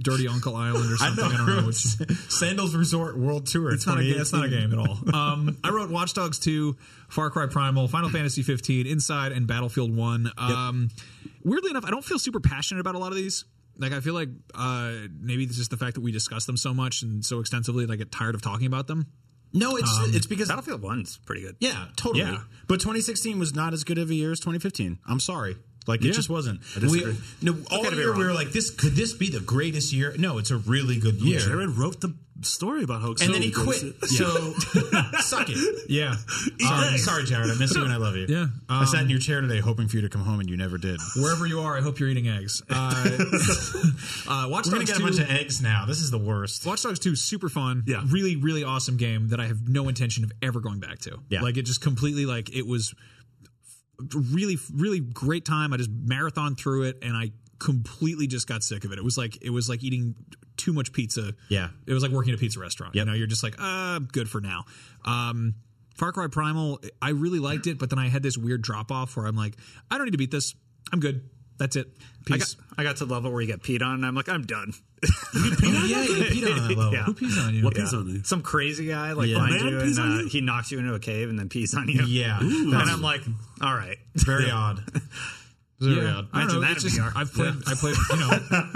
Dirty Uncle Island or I something. know. I, don't know. Which, Sandals Resort World Tour. it's not a game. It's not a game at all. Um, I wrote Watch Dogs Two, Far Cry Primal, Final Fantasy Fifteen, Inside, and Battlefield One. Um, Weirdly enough, I don't feel super passionate about a lot of these. Like I feel like uh, maybe it's just the fact that we discuss them so much and so extensively, that I get tired of talking about them. Um, No, it's it's because Battlefield One's pretty good. Yeah, totally. Yeah. But 2016 was not as good of a year as 2015. I'm sorry. Like it just wasn't. We, no, all Okay to be year wrong. we were like, this could this be the greatest year? No, it's a really good year. Jared wrote the story about how and excited then he was quit. it. So suck it. Yeah, Sorry, eggs. sorry, Jared. I miss you and I love you. Yeah, Um, I sat in your chair today hoping for you to come home and you never did. We're wherever you are, I hope you're eating eggs. Uh, uh, Watch gonna Dogs get a 2, bunch of eggs now. This is the worst. Watch Dogs 2 is super fun. Yeah. Really, really awesome game that I have no intention of ever going back to. Yeah. Like it just completely like it was really, really great time. I just marathon through it and I completely just got sick of it. It was like it was like eating too much pizza. Yeah. It was like working at a pizza restaurant. Yep. You know, you're just like, uh, good for now. Um Far Cry Primal, I really liked it, but then I had this weird drop off where I'm like, I don't need to beat this. I'm good. That's it. I Peace. got, I got to the level where you get peed on, and I'm like, I'm done. yeah, you get peed on that level. Who pees on you? What piece on you? Some crazy guy like Yeah. finds Man you, pees and on uh, you? he knocks you into a cave and then pees on you. Yeah. and I'm like, all right. Very odd. Very odd. I don't Imagine know. that it's in just- VR. I've played, I played,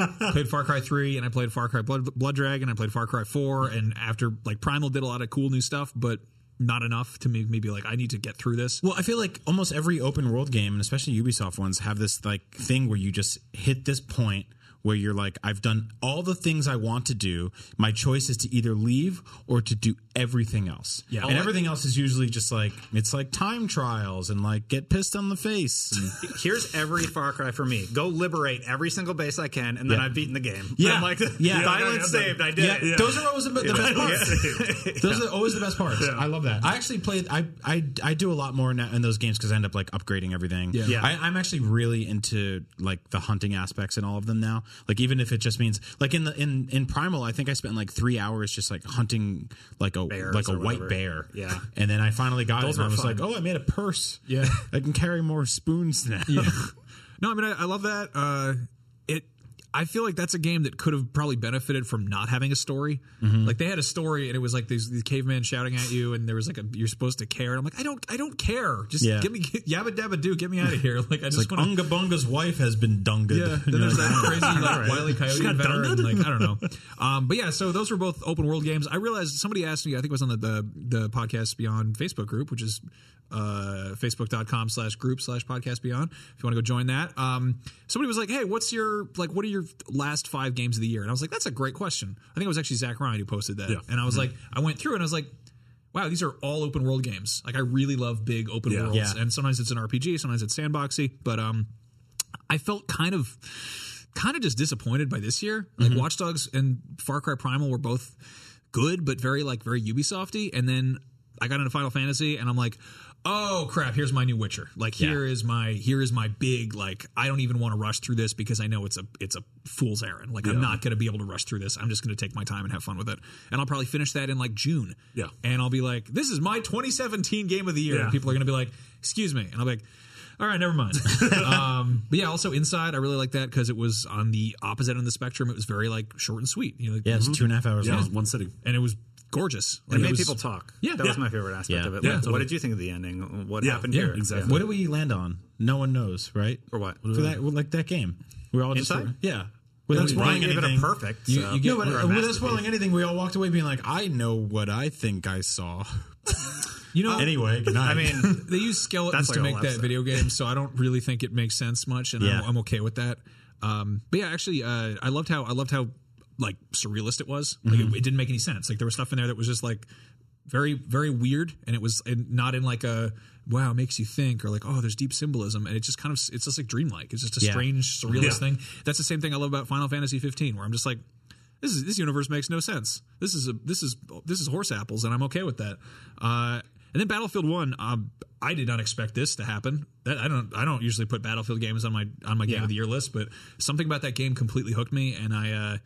you know, played Far Cry Three, and I played Far Cry Blood, Blood Dragon, I played Far Cry Four, and after like Primal did a lot of cool new stuff, but not enough to make me be like, I need to get through this. Well, I feel like almost every open world game, and especially Ubisoft ones, have this like thing where you just hit this point where you're like, I've done all the things I want to do. My choice is to either leave or to do everything else. Yeah, and everything else is usually just like it's like time trials and like get pissed on the face. and- Here's every Far Cry for me. Go liberate every single base I can, and then Yeah. I've beaten the game. Yeah. I'm like, Yeah. Violence Yeah. saved. I did yeah, it. those are always the, the best parts. Those are always the best parts. Yeah. I love that. I actually played. I I, I do a lot more in, that- in those games because I end up like upgrading everything. Yeah. Yeah. I, I'm actually really into like the hunting aspects in all of them now. Like even if it just means like in the in in Primal, I think I spent like three hours just like hunting like a Bears like a or white whatever. bear. Yeah. and then I finally got Those it. And I were was fun. like, oh, I made a purse. Yeah. I can carry more spoons now. No, I mean, I, I love that. Uh, it, I feel like that's a game that could have probably benefited from not having a story. Mm-hmm. Like they had a story, and it was like these, these cavemen shouting at you, and there was like a you're supposed to care, and I'm like, I don't, I don't care. Just Yeah. get me yabba dabba do, get me out of here. Like I It's like just want to Unga Bunga's wife has been dunged. Yeah, then there's that crazy like Wiley Coyote inventor, and, like I don't know. Um, but yeah, so those were both open world games. I realized somebody asked me, I think it was on the the, the podcast Beyond Facebook group, which is uh, facebook.com slash group slash podcast beyond if you want to go join that um, somebody was like hey what's your like what are your last five games of the year and i was like that's a great question i think it was actually zach ryan who posted that and i was Mm-hmm. like i went through and i was like wow these are all open world games like i really love big open worlds Yeah. and sometimes it's an rpg sometimes it's sandboxy but um I felt kind of kind of just disappointed by this year. Like Mm-hmm. Watch Dogs and Far Cry Primal were both good, but very like very Ubisofty. And then I got into Final Fantasy, and I'm like, oh crap, here's my new Witcher. Like here is my here is my big like I don't even want to rush through this because I know it's a it's a fool's errand. Like I'm not going to be able to rush through this. I'm just going to take my time and have fun with it. And I'll probably finish that in like June. Yeah. and I'll be like, this is my 2017 game of the year. Yeah. And people are going to be like, excuse me, and I'll be like. All right, never mind. um, but yeah, also inside, I really like that because it was on the opposite end of the spectrum. It was very like short and sweet. You know, like, Yeah, it's two and a half hours Yeah, long. one sitting. and it was gorgeous. It Like, made was- people talk. Yeah, that was yeah. my favorite aspect Yeah. of it. Yeah, Like, totally. What did you think of the ending? What Yeah, happened yeah, here? exactly. What did we land on? No one knows, right? Or what? for that well, like that game. We all just Inside? were- yeah. Without we spoiling gave it a anything, perfect, You, so- you get, No, but uh, a without masterpiece. spoiling anything, we all walked away being like, "I know what I think I saw." You know, anyway, good night. Uh, I mean, they use skeletons That's like to a make whole that episode. video game, so I don't really think it makes sense much, and Yeah. I'm, I'm okay with that. Um, but yeah, actually, uh, I loved how I loved how like surrealist it was. Like it, it didn't make any sense. Like there was stuff in there that was just like very very weird, and it was and not in like a wow makes you think or like oh there's deep symbolism, and it just kind of it's just like dreamlike. It's just a Yeah. strange surrealist Yeah. thing. That's the same thing I love about Final Fantasy 15, where I'm just like. This is this universe makes no sense. This is a this is this is horse apples, and I'm okay with that. Uh, and then Battlefield One, um, I did not expect this to happen. That, I don't I don't usually put Battlefield games on my on my game of the year list, but something about that game completely hooked me, and I uh,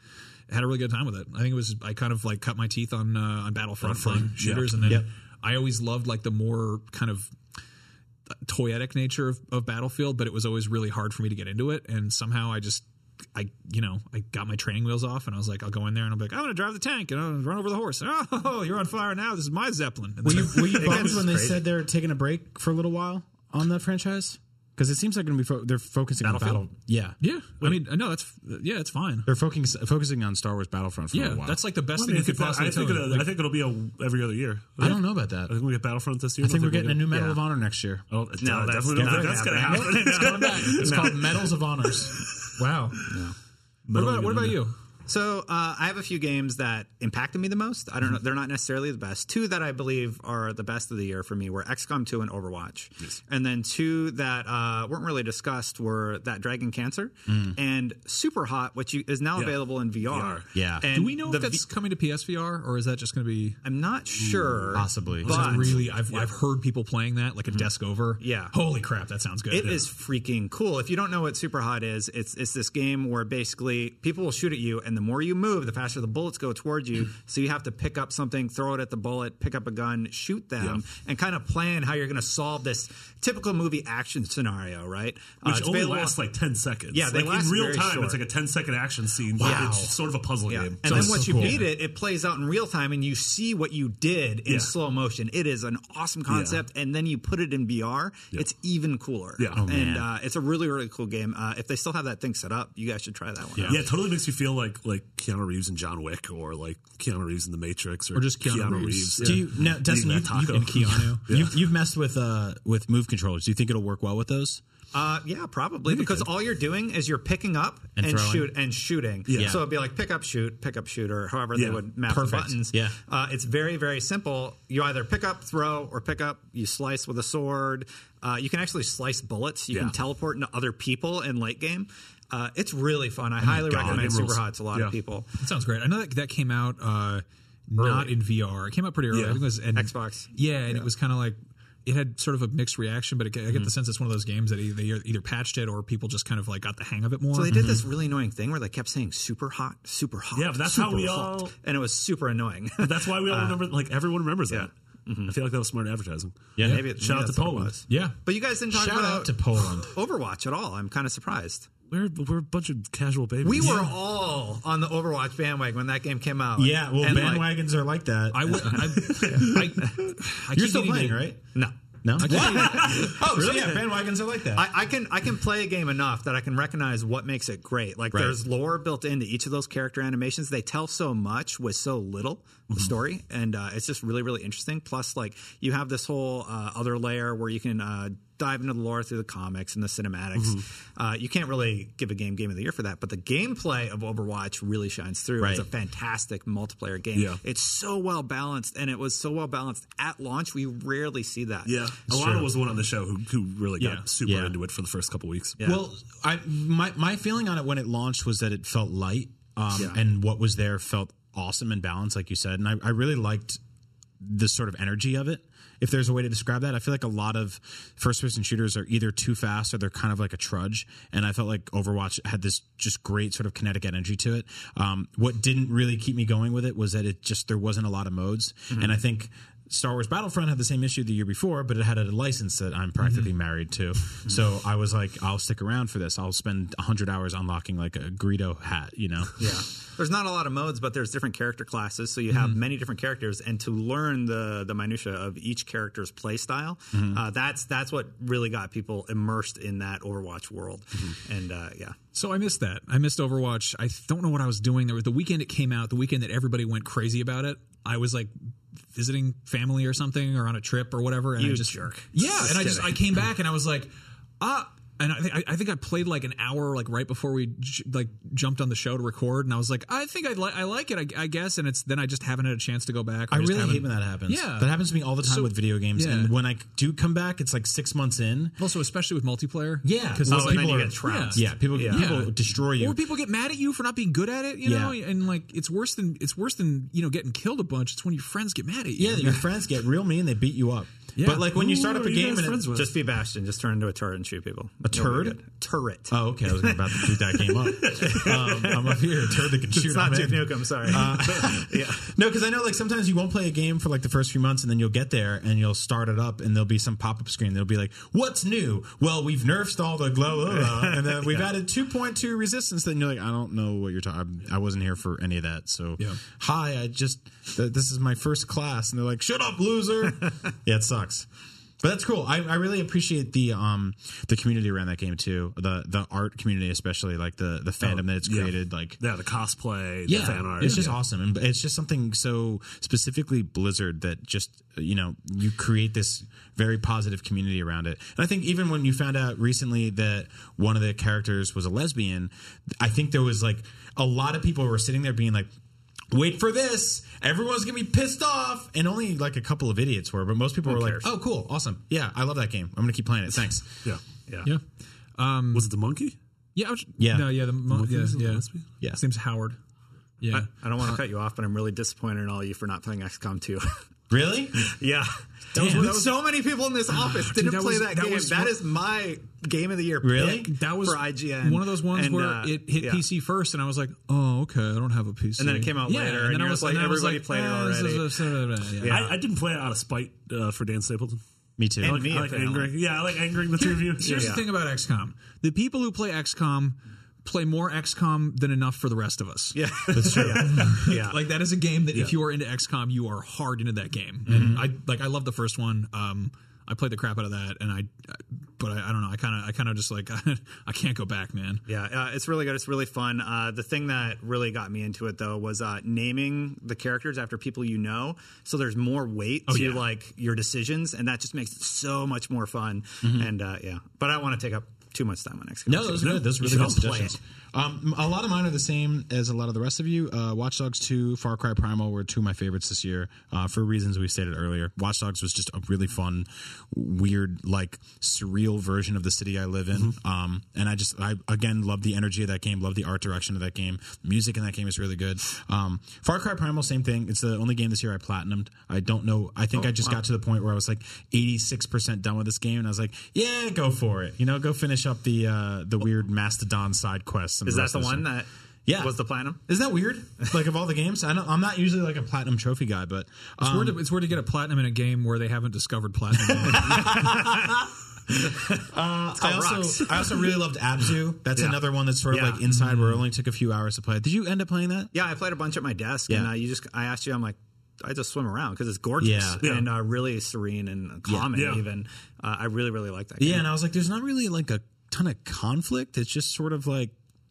had a really good time with it. I think it was I kind of like cut my teeth on uh, on Battlefront, playing shooters, and then I always loved like the more kind of toyetic nature of, of Battlefield, but it was always really hard for me to get into it. And somehow I just, I, you know, I got my training wheels off and I was like, I'll go in there and I'll be like, I'm going to drive the tank and I'll run over the horse. Oh, you're on fire now. This is my Zeppelin. And were you, so- were you bummed when they crazy. said they're taking a break for a little while on that franchise? Because it seems like going to be fo- they're focusing on Battlefield? battle. Yeah, yeah. I mean, no, that's, yeah, it's fine. they're focusing focusing on Star Wars Battlefront for a Yeah. while. That's like the best I, thing mean, you could if that- possibly I think tell me. it'll, I Like, think it'll be a every other year. I don't know about that. I think we get Battlefront this year. I think we're getting a new Medal of Honor next year. Oh, No, I that's definitely don't not think that's going to happening. happen. It's called Medals of Honors. Wow. what about, what about you? So uh, I have a few games that impacted me the most. I don't Mm-hmm. know; they're not necessarily the best. Two that I believe are the best of the year for me were XCOM 2 and Overwatch, and then two that uh, weren't really discussed were that Dragon Cancer Mm. and Super Hot, which you, is now available in VR. Yeah. And Do we know the if that's coming to PSVR or is that just going to be i I'm not sure. possibly. but That's really? I've, I've heard people playing that like a desk over. Yeah. Holy crap. That sounds good. It is freaking cool. If you don't know what Super Hot is, it's it's this game where basically people will shoot at you, and the more you move, the faster the bullets go toward you. so you have to pick up something, throw it at the bullet, pick up a gun, shoot them, and kind of plan how you're going to solve this typical movie action scenario, right? Uh, Which it's only available- lasts like 10 seconds. Yeah, they like last in real very time, short. it's like a 10 second action scene, but Wow. it's sort of a puzzle Yeah. game. And then so once you cool. beat it, it plays out in real time and you see what you did in Yeah. slow motion. It is an awesome concept. And then you put it in VR, it's even cooler. Yeah. Oh, and uh, it's a really, really cool game. Uh, if they still have that thing set up, you guys should try that one out. Yeah, it totally makes you feel like like Keanu Reeves and John Wick, or like Keanu Reeves in The Matrix, or, just Keanu Reeves. Do you now, Dustin? that You've, you've, taco. and Keanu, you've, you've messed with uh, with move controllers. Do you think it'll work well with those? Uh, yeah, probably because all you're doing is you're picking up And and, throwing. shoot and shooting. Yeah. So it'd be like pick up, shoot, pick up, shoot, or however Yeah. they would map the Perfect. buttons. Yeah. Uh, it's very very simple. You either pick up, throw, or pick up. You slice with a sword. Uh, you can actually slice bullets. You Yeah. can teleport into other people in late game. Uh, it's really fun. I highly Oh recommend it rules. Super Hot to a lot Yeah. of people. That sounds great. I know that that came out uh, not in VR. It came out pretty early. I think it was and, Xbox. Yeah, and it was kind of like it had sort of a mixed reaction, but it, I get Mm-hmm. the sense it's one of those games that e- they either patched it or people just kind of like got the hang of it more. So they did this really annoying thing where they kept saying super hot, super hot. Mm-hmm. Yeah, but that's how super we hot," all- and it was super annoying. That's why we all remember. Like everyone remembers that. I feel like that was smart advertising. Yeah. Maybe it- Shout maybe out to that's what it Poland. was. yeah. But you guys didn't talk Shout about out to Poland. Overwatch at all. I'm kind of surprised. We're we're a bunch of casual babies. We were all on the Overwatch bandwagon when that game came out. Yeah, well, And, like, bandwagons are like that. I would. I, I, I You're keep still getting playing, it- right? no. No. Oh, Really? Yeah, bandwagons are like that. I, I can I can play a game enough that I can recognize what makes it great. Like Right. there's lore built into each of those character animations. They tell so much with so little Mm-hmm. story, and uh, it's just really really interesting. Plus, like you have this whole uh, other layer where you can uh, dive into the lore through the comics and the cinematics. Mm-hmm. Uh, you can't really give a game game of the year for that, but the gameplay of Overwatch really shines through. It's a Right. fantastic multiplayer game. Yeah. It's so well balanced, and it was so well balanced at launch. We rarely see that. Yeah, Alana was the one on the show who who really got Yeah. super Yeah. into it for the first couple weeks. Well, I my my feeling on it when it launched was that it felt light, um, and what was there felt awesome and balanced, like you said, and I, I really liked the sort of energy of it. If there's a way to describe that, I feel like a lot of first person shooters are either too fast or they're kind of like a trudge. And I felt like Overwatch had this just great sort of kinetic energy to it. Um, what didn't really keep me going with it was that it just, there wasn't a lot of modes. And I think Star Wars Battlefront had the same issue the year before, but it had a license that I'm practically married to. So I was like, I'll stick around for this. I'll spend 100 hours unlocking like a Greedo hat, you know? Yeah. There's not a lot of modes, but there's different character classes, so you have Mm-hmm. many different characters, and to learn the the minutia of each character's play style, Mm-hmm. uh, that's that's what really got people immersed in that Overwatch world, Mm-hmm. and uh, yeah, So I missed that. I missed Overwatch. I don't know what I was doing. There was the weekend it came out, the weekend that everybody went crazy about it. I was like visiting family or something, or on a trip or whatever, and I You just jerk. Yeah, Just and I just I kidding. came back and I was like, ah. And I, think- I- I think I played like an hour, like right before we j- like jumped on the show to record, and I was like, I think I like I like it, I, I guess. And it's then I just haven't had a chance to go back. Or I just really haven't- hate when that happens. Yeah. That happens to me all the time with video games. yeah. And when I do come back, it's like six months in. Also, especially with multiplayer. Yeah. because Oh, it's like, and then you are- get trounced. Yeah. People, Yeah. people Yeah. destroy you. Or people get mad at you for not being good at it, you know, Yeah. and like it's worse than it's worse than you know getting killed a bunch. It's when your friends get mad at you. yeah. Your friends get real mean. They beat you up. Yeah. But like when you Who start up are a you game guys and it, friends with? just be Bastion, just turn into a turret and shoot people. A turd? turret. Oh, okay. I was about to beat that game up. Um, I'm up here, turd that can shoot. it's not I'm Duke in. Nukem, sorry. uh, yeah. No, because I know like sometimes you won't play a game for like the first few months, and then you'll get there and you'll start it up, and there'll be some pop up screen. They'll be like, "What's new?" Well, we've nerfed all the blah blah, blah and then we've added two point two resistance. Then you're like, "I don't know what you're talking. I wasn't here for any of that." So, hi, I just th- this is my first class, and they're like, "Shut up, loser." yeah, it sucks. But that's cool. I, I really appreciate the um the community around that game too. The the art community, especially like the the Oh, fandom that it's yeah. created. Like Yeah, the cosplay, the yeah, fan art. it's just awesome, and it's just something so specifically Blizzard that just you know you create this very positive community around it. And I think even when you found out recently that one of the characters was a lesbian, I think there was like a lot of people were sitting there being like. Wait for this! Everyone's gonna be pissed off, and only like a couple of idiots were, but most people were cares? like, "Oh, cool, awesome, yeah, I love that game. I'm gonna keep playing it. Thanks." yeah. yeah, Was it the monkey? yeah, I was- Yeah. No, yeah, the mo- yeah, Wasn't it yeah. Gillespie? Yeah. His name's Howard. Yeah, Uh, I don't want to cut you off, but I'm really disappointed in all you for not playing XCOM 2. Really? yeah. That was, so many people in this office didn't that play was- that, that game. was that one- is my game of the year. Really? pick that was for IGN. One of those ones And, where uh, it hit yeah. PC first, and I was like, "Oh, okay, I don't have a PC." And then it came out later, and then you're I just like, and I was everybody played it "Ah, this already." is a- blah, blah, blah, yeah. I, I didn't play it out of spite uh, for Dan Stapleton. Me too. And I like, me, I like apparently. angering. Yeah, I like angering the two of you. Here's the thing about XCOM: the people who play XCOM play more XCOM than enough for the rest of us. Yeah. That's true. yeah. Yeah. Like that is a game that if you are into XCOM, you are hard into that game. And I like I love the first one. Um, I played the crap out of that, and I, but I, I don't know. I kind of I kind of just like I can't go back, man. Yeah, uh, it's really good. It's really fun. Uh, the thing that really got me into it though was uh, naming the characters after people you know. So there's more weight to yeah. like your decisions, and that just makes it so much more fun. And uh, yeah, but I don't want to take up too much time on XCOM. No, those are good. Those are really should good all play suggestions. Um, a lot of mine are the same as a lot of the rest of you. Uh, Watch Dogs 2, Far Cry Primal were two of my favorites this year uh, for reasons we stated earlier. Watch Dogs was just a really fun, weird, like surreal version of the city I live in. Um, and I just, I again love the energy of that game, love the art direction of that game. Music in that game is really good. Um, Far Cry Primal, same thing. It's the only game this year I platinumed. I don't know. I Oh, think I just got to the point where I was like 86% done with this game, and I was like, yeah, go for it. You know, go finish up the uh, the weird mastodon side quests. and Is that rest the of one stuff. that? Yeah. was the platinum. Isn't that weird? Like of all the games, I don't, I'm not usually like a platinum trophy guy, but It's, um, weird to, it's weird to get a platinum in a game where they haven't discovered platinum. yet. Uh, I called also I also really loved Abzu. That's Yeah. another one that's sort of Yeah. like inside where it only took a few hours to play. Did you end up playing that? Yeah, I played a bunch at my desk, and Yeah. uh, you just I asked you, I'm like. I just swim around because it's gorgeous Yeah. Yeah. and uh, really serene and calming. Yeah. Even uh, I really really like that. Yeah, game. and I was like, there's not really like a ton of conflict. It's just sort of like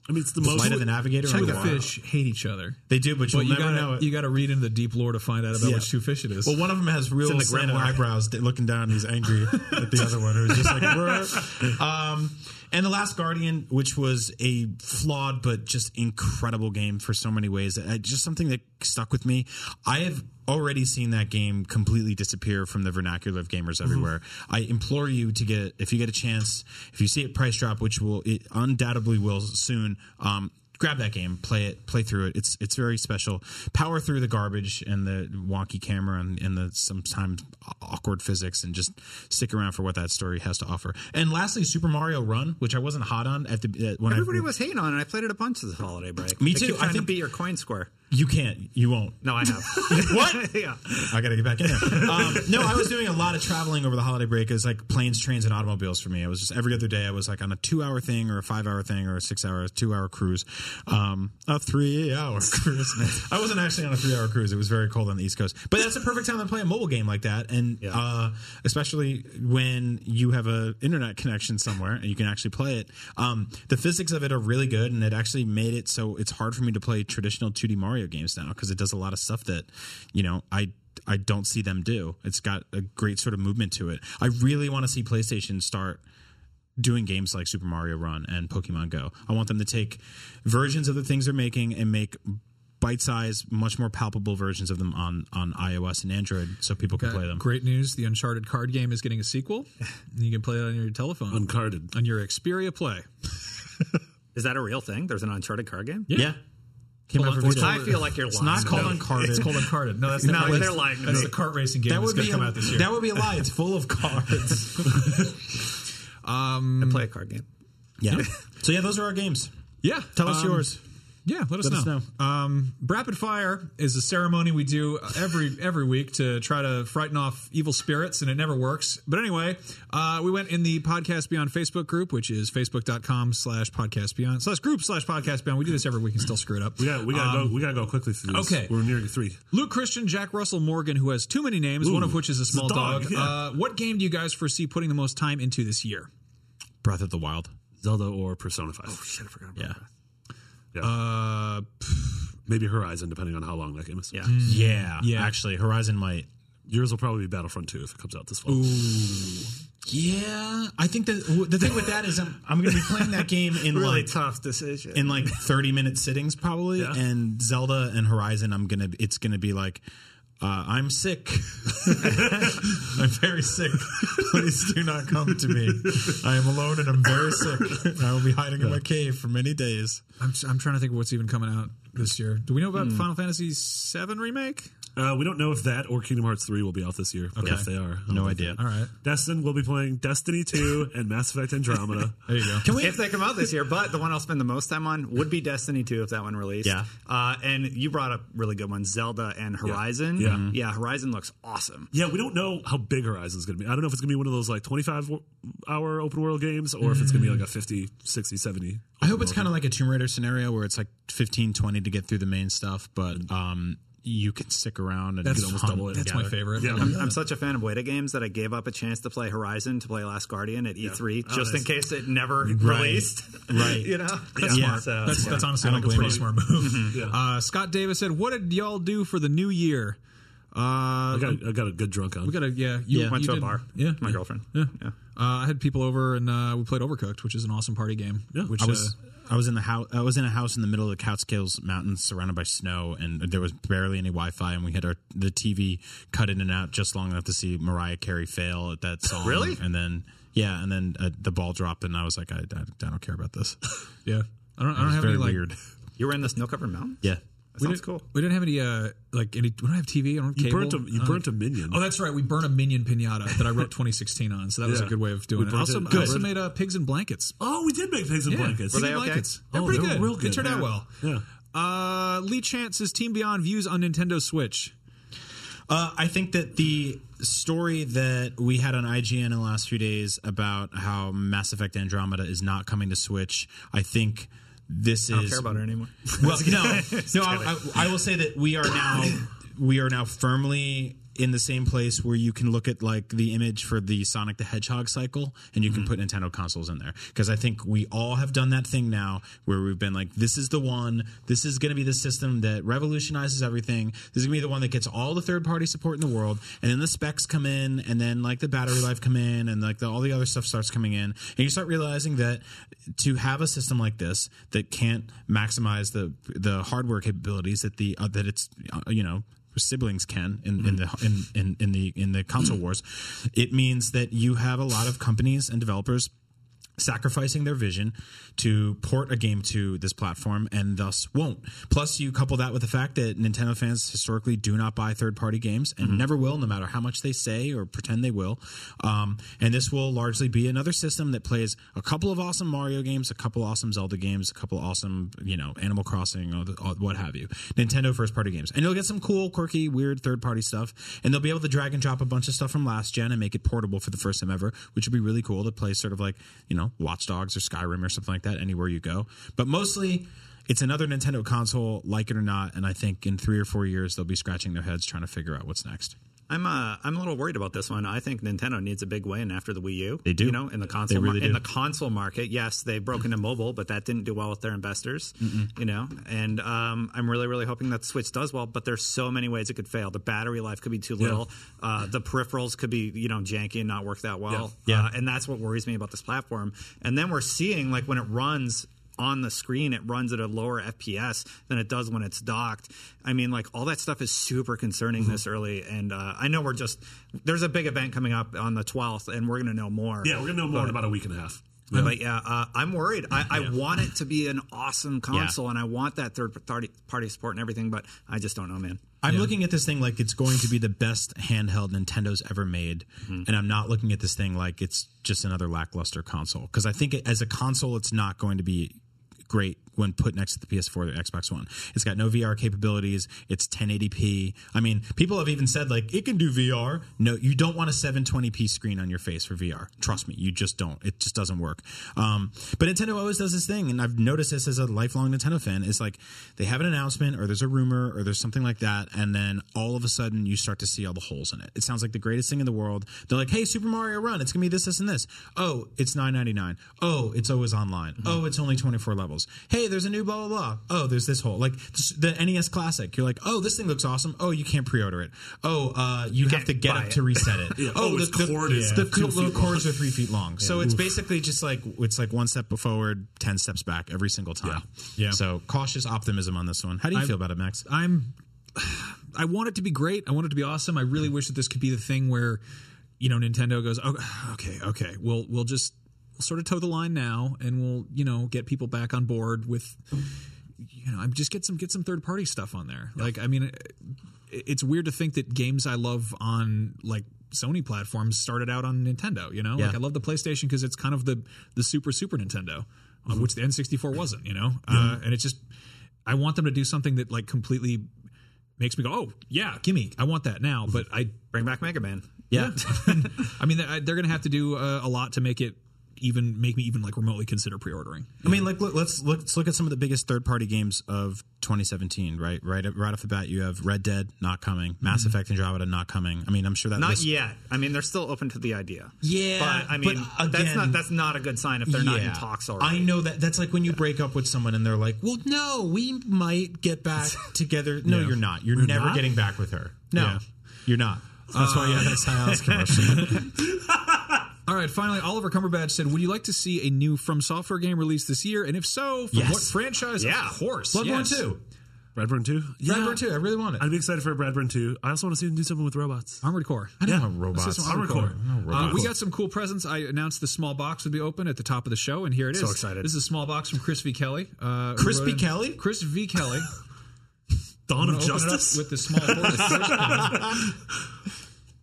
I mean, it's the Flight of most. the Navigator. Check and the Wow. fish hate each other. They do, but you'll But you never gotta know it. you gotta read into the deep lore to find out about Yeah. which two fish it is. Well, one of them has real the slanted grimoire. eyebrows d- looking down. He's angry at the other one. who's just like, "Brr." um, and the Last Guardian, which was a flawed but just incredible game for so many ways, Uh, just something that stuck with me. I have already seen that game completely disappear from the vernacular of gamers everywhere. I implore you to get if you get a chance, if you see it price drop, which will it undoubtedly will soon. Um, grab that game, play it, play through it. It's it's very special. Power through the garbage and the wonky camera and, and the sometimes awkward physics, and just stick around for what that story has to offer. And lastly, Super Mario Run, which I wasn't hot on at the uh, when Everybody I, was hating on it. I played it a bunch this holiday break. Me They too. keep I trying to think- beat your coin square. You can't. You won't. No, I have. What? yeah. I got to get back in there. Um, no, I was doing a lot of traveling over the holiday break. It was like planes, trains, and automobiles for me. It was just every other day. I was like on a two-hour thing, or a five-hour thing, or a six-hour, two-hour cruise, um, a three-hour cruise. I wasn't actually on a three-hour cruise. It was very cold on the East Coast, but that's a perfect time to play a mobile game like that, and uh, especially when you have a internet connection somewhere and you can actually play it. Um, the physics of it are really good, and it actually made it so it's hard for me to play traditional 2D Mario games now because it does a lot of stuff that, you know, I I don't see them do. It's got a great sort of movement to it. I really want to see PlayStation start doing games like Super Mario Run and Pokemon Go. I want them to take versions of the things they're making and make bite-sized, much more palpable versions of them on on iOS and Android so people can play them. Great news. The Uncharted card game is getting a sequel. And you can play it on your telephone. Uncarded. on your Xperia Play. Is that a real thing? There's an Uncharted card game? Yeah. Came out for Hold on, Vita. I feel like you're lying. It's not called No. Uncarded. It's called Uncarded. No, that's No, not. they're lying to That's me. the kart racing game that that's would going be to a, come out this year. that would be a lie. It's full of cards. I play a card game. yeah. So yeah, those are our games. yeah, Tell us um, yours. Yeah, let us Let us know. Um, rapid fire is a ceremony we do every every week to try to frighten off evil spirits, and it never works. But anyway, uh, we went in the Podcast Beyond Facebook group, which is facebook.com slash podcast beyond slash group slash podcast beyond. We do this every week and still screw it up. We got we got to go. We got to go quickly through this. okay. we're nearing three. Luke Christian, Jack Russell Morgan, who has too many names, one of which is a it's a small dog, dog. yeah. Uh, what game do you guys foresee putting the most time into this year? Breath of the Wild. Zelda or Persona Five. Oh, Shit, I forgot about Yeah. that. Uh, Maybe Horizon, depending on how long that game is. Yeah. Yeah. Yeah. Actually, Horizon might. yours will probably be Battlefront Two if it comes out this fall. Yeah, I think that w- the thing with that is I'm, I'm going to be playing that game in Really like tough decision. in like 30 minute sittings probably, Yeah. and Zelda and Horizon I'm gonna it's gonna be like. Uh, I'm sick. I'm very sick. Please do not come to me. I am alone and I'm very sick. I will be hiding in my cave for many days. Hmm. I'm, I'm trying to think of what's even coming out this year. Do we know about Final Fantasy VII remake? Uh, we don't know if that or Kingdom Hearts Three will be out this year, but if they are, I don't No know. idea. All right, Destin will be playing Destiny Two and Mass Effect Andromeda. there you go. Can we? if they come out this year, but the one I'll spend the most time on would be Destiny 2 if that one released. Yeah. Uh, and you brought up really good ones Zelda and Horizon. Mm-hmm. Yeah. Mhm. Yeah, Horizon looks awesome. yeah, we don't know how big Horizon is going to be. I don't know if it's going to be one of those like 25 wo- hour open world games or if it's going to be like a 50, 60, 70. I hope it's kind of like a Tomb Raider scenario where it's like 15, 20 to get through the main stuff, but um, you can stick around and That's, you can almost hunt double it. That's together. my favorite. Yeah. I'm, I'm such a fan of Weta games that I gave up a chance to play Horizon to play Last Guardian at E3 Oh, just in nice. case it never released. Right. you know? That's Yeah. smart. So- That's, that's honestly I don't like a blame pretty you. smart move. uh, Scott Davis said, "What did y'all do for the new year?" Uh, I got, I got a good drunk on. we got a yeah. You Yeah. went you to a did- bar. Yeah, My yeah. girlfriend. Yeah. Uh, I had people over and uh, we played Overcooked, which is an awesome party game. Yeah, which I was uh, I was in the house. I was in a house in the middle of the Catskills Mountains, surrounded by snow, and there was barely any Wi-Fi. And we had our the TV cut in and out just long enough to see Mariah Carey fail at that song. Really? And then yeah, and then uh, the ball dropped, and I was like, I, I, I don't care about this. yeah. I don't. I don't have Very any like. weird. You were in the snow covered mountain? Yeah. That sounds cool. We didn't have any uh like any. We don't have TV. I don't have you cable. burnt a, you I don't- burnt a minion. Oh, that's right. We burnt a minion pinata that I wrote 2016 on, so that was a Yeah. good way of doing We it. burnt Also, it. I also Good. made uh, pigs and blankets. Oh, we did make pigs and Yeah, blankets. Were pigs they and okay? blankets. They're Oh, pretty they were good. real They good, turned out yeah. well. Yeah. Uh, Lee Chance says Team Beyond views on Nintendo Switch. Uh, I think that the story that we had on IGN in the last few days about how Mass Effect Andromeda is not coming to Switch, I think this I don't is care about her anymore. Well, no, no. I, I, I will say that we are now we are now firmly in the same place where you can look at like the image for the Sonic the Hedgehog cycle, and you can put Nintendo consoles in there because I think we all have done that thing now where we've been like, this is the one, this is going to be the system that revolutionizes everything. This is going to be the one that gets all the third party support in the world, and then the specs come in, and then like the battery life come in, and like the, all the other stuff starts coming in, and you start realizing that to have a system like this that can't maximize the the hardware capabilities that the uh, that it's uh, you know siblings can in, in the in, in in the in the console wars, it means that you have a lot of companies and developers sacrificing their vision to port a game to this platform and thus won't. Plus, you couple that with the fact that Nintendo fans historically do not buy third party games and never will, no matter how much they say or pretend they will. Um, and this will largely be another system that plays a couple of awesome Mario games, a couple awesome Zelda games, a couple awesome, you know, Animal Crossing or, the, or what have you, Nintendo first party games. And you'll get some cool, quirky, weird third party stuff. And they'll be able to drag and drop a bunch of stuff from last gen and make it portable for the first time ever, which would be really cool to play sort of like, you know, Watch Dogs or Skyrim or something like that anywhere you go. But mostly, it's another Nintendo console, like it or not. And I think in three or four years, they'll be scratching their heads trying to figure out what's next. I'm uh, I'm a little worried about this one. I think Nintendo needs a big win after the Wii U. They do. you know, in the console really mar- in do. the console market. Yes, they broke into mobile, but that didn't do well with their investors. You know, and um, I'm really really hoping that the Switch does well. But there's so many ways it could fail. The battery life could be too little. Uh, the peripherals could be you know janky and not work that well. Yeah. Uh, and that's what worries me about this platform. And then we're seeing like when it runs on the screen, it runs at a lower FPS than it does when it's docked. I mean, like all that stuff is super concerning Mm-hmm. this early. And uh, I know we're just there's a big event coming up on the 12th, and we're gonna know more. Yeah, we're gonna know more in about a week and a half. But yeah, uh, I'm worried. I, I want it to be an awesome console, and I want that third party, party support and everything, but I just don't know, man. I'm looking at this thing like it's going to be the best handheld Nintendo's ever made, and I'm not looking at this thing like it's just another lackluster console because I think it, as a console, it's not going to be great when put next to the PS4 or the Xbox One. It's got no VR capabilities. It's 1080p. I mean, people have even said like it can do VR. No, you don't want a 720p screen on your face for VR. Trust me, you just don't. It just doesn't work. Um, but Nintendo always does this thing, and I've noticed this as a lifelong Nintendo fan. Is like they have an announcement, or there's a rumor, or there's something like that, and then all of a sudden you start to see all the holes in it. It sounds like the greatest thing in the world. They're like, "Hey, Super Mario Run, it's gonna be this, this, and this." Oh, it's 9.99. Oh, it's always online. Oh, it's only 24 levels. Hey, there's a new blah blah blah. Oh, there's this whole like s- the NES Classic. You're like, "Oh, this thing looks awesome." Oh, you can't pre-order it. Oh, uh, you, have can't to get buy up it. to reset it. Oh, its the, cord the, is the two cl- feet cords long. are three feet long. So it's basically just like it's like one step forward, ten steps back every single time. Yeah. Yeah. So cautious optimism on this one. How do you feel about it, Max? I'm I want it to be great. I want it to be awesome. I really wish that this could be the thing where you know Nintendo goes, "Oh, okay, okay. We'll we'll just we'll sort of toe the line now and we'll, you know, get people back on board with you know, I'm just get some get some third party stuff on there. Like I mean it- it's weird to think that games I love on like Sony platforms started out on Nintendo, you know? Like Yeah. I love the PlayStation cuz it's kind of the the super super Nintendo, uh, which the N64 wasn't, you know? Uh, and it's just I want them to do something that like completely makes me go, oh yeah, gimme, I want that now. But I, Bring back Mega Man. Yeah. I mean, they're, they're going to have to do uh, a lot to make it even make me even like remotely consider pre-ordering. I mean, like look, let's look, let's look at some of the biggest third party games of 2017. Right, right, right off the bat, you have Red Dead not coming, Mass Mm-hmm. Effect Andromeda not coming. I mean, I'm sure that Not list- yet. I mean, they're still open to the idea. Yeah, but I but mean, that's again- not that's not a good sign if they're not in talks already. I know that that's like when you break up with someone and they're like, "Well, no, we might get back together." No, you're not. You're never not? getting back with her. No, Yeah. you're not. That's why you have that silence commercial. All right, finally, Oliver Cumberbatch said, "Would you like to see a new From Software game released this year? And if so, from Yes. what franchise? Yeah. of course, Bloodborne yes. two, Bradburn two. Yeah, Bloodborne two. I really want it. I'd be excited for Bradburn two. I also want to see them do something with robots. Armored Core. I don't Yeah. want robots. Let's do some Armored Core. I don't want Uh, robots. we got some cool presents. I announced the small box would be open at the top of the show, and here it is. So excited. This is a small box from Chris V. Kelly. Uh, who Chris wrote V. in- Kelly? Chris V. Kelly. Dawn of Open it up Justice. with the small horse.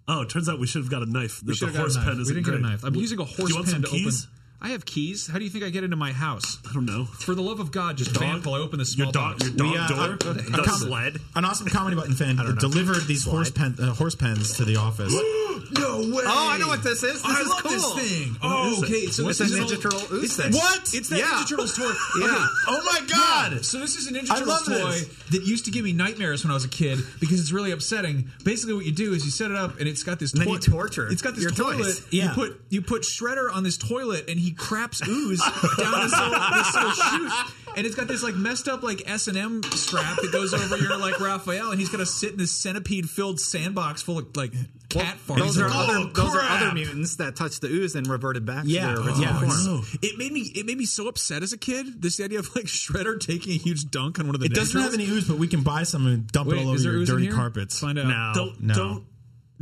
oh, it turns out we should have got a knife. We the should've got horse a knife. pen We is didn't get a knife. I'm using a Do horse you want pen some to keys? open. I have keys. How do you think I get into my house? I don't know. For the love of God, just Dog? vamp while I open this small Your dog, box. your dog We, uh, door, uh, the come- sled. An awesome comedy button fan delivered these horse, pen, uh, horse pens to the office. no way! Oh, I know what this is. This I is love cool. this thing. Oh, What is okay. it? So What's this that is an old- Ninja Turtle ooze it's thing? that- What? It's that Yeah. Ninja Turtles toy. Yeah. Okay. Oh my God! So this is a Ninja I Turtles love toy this. that used to give me nightmares when I was a kid because it's really upsetting. Basically, what you do is you set it up and it's got this. then you toi- torture It's got this your toilet. toys. Yeah. You put you put Shredder on this toilet and he craps ooze down his little, this little chute. And it's got this like messed up like S and M strap that goes over your like Raphael, and he's got to sit in this centipede filled sandbox full of like cat farts. Those are Oh, other those are crap. other mutants that touched the ooze and reverted back Yeah. to their original Yeah. form. Oh, no. It made me it made me so upset as a kid. This idea of like Shredder taking a huge dunk on one of the It doesn't have any ooze, but we can buy some and dump it all over your dirty carpets. Find out. Don't No. don't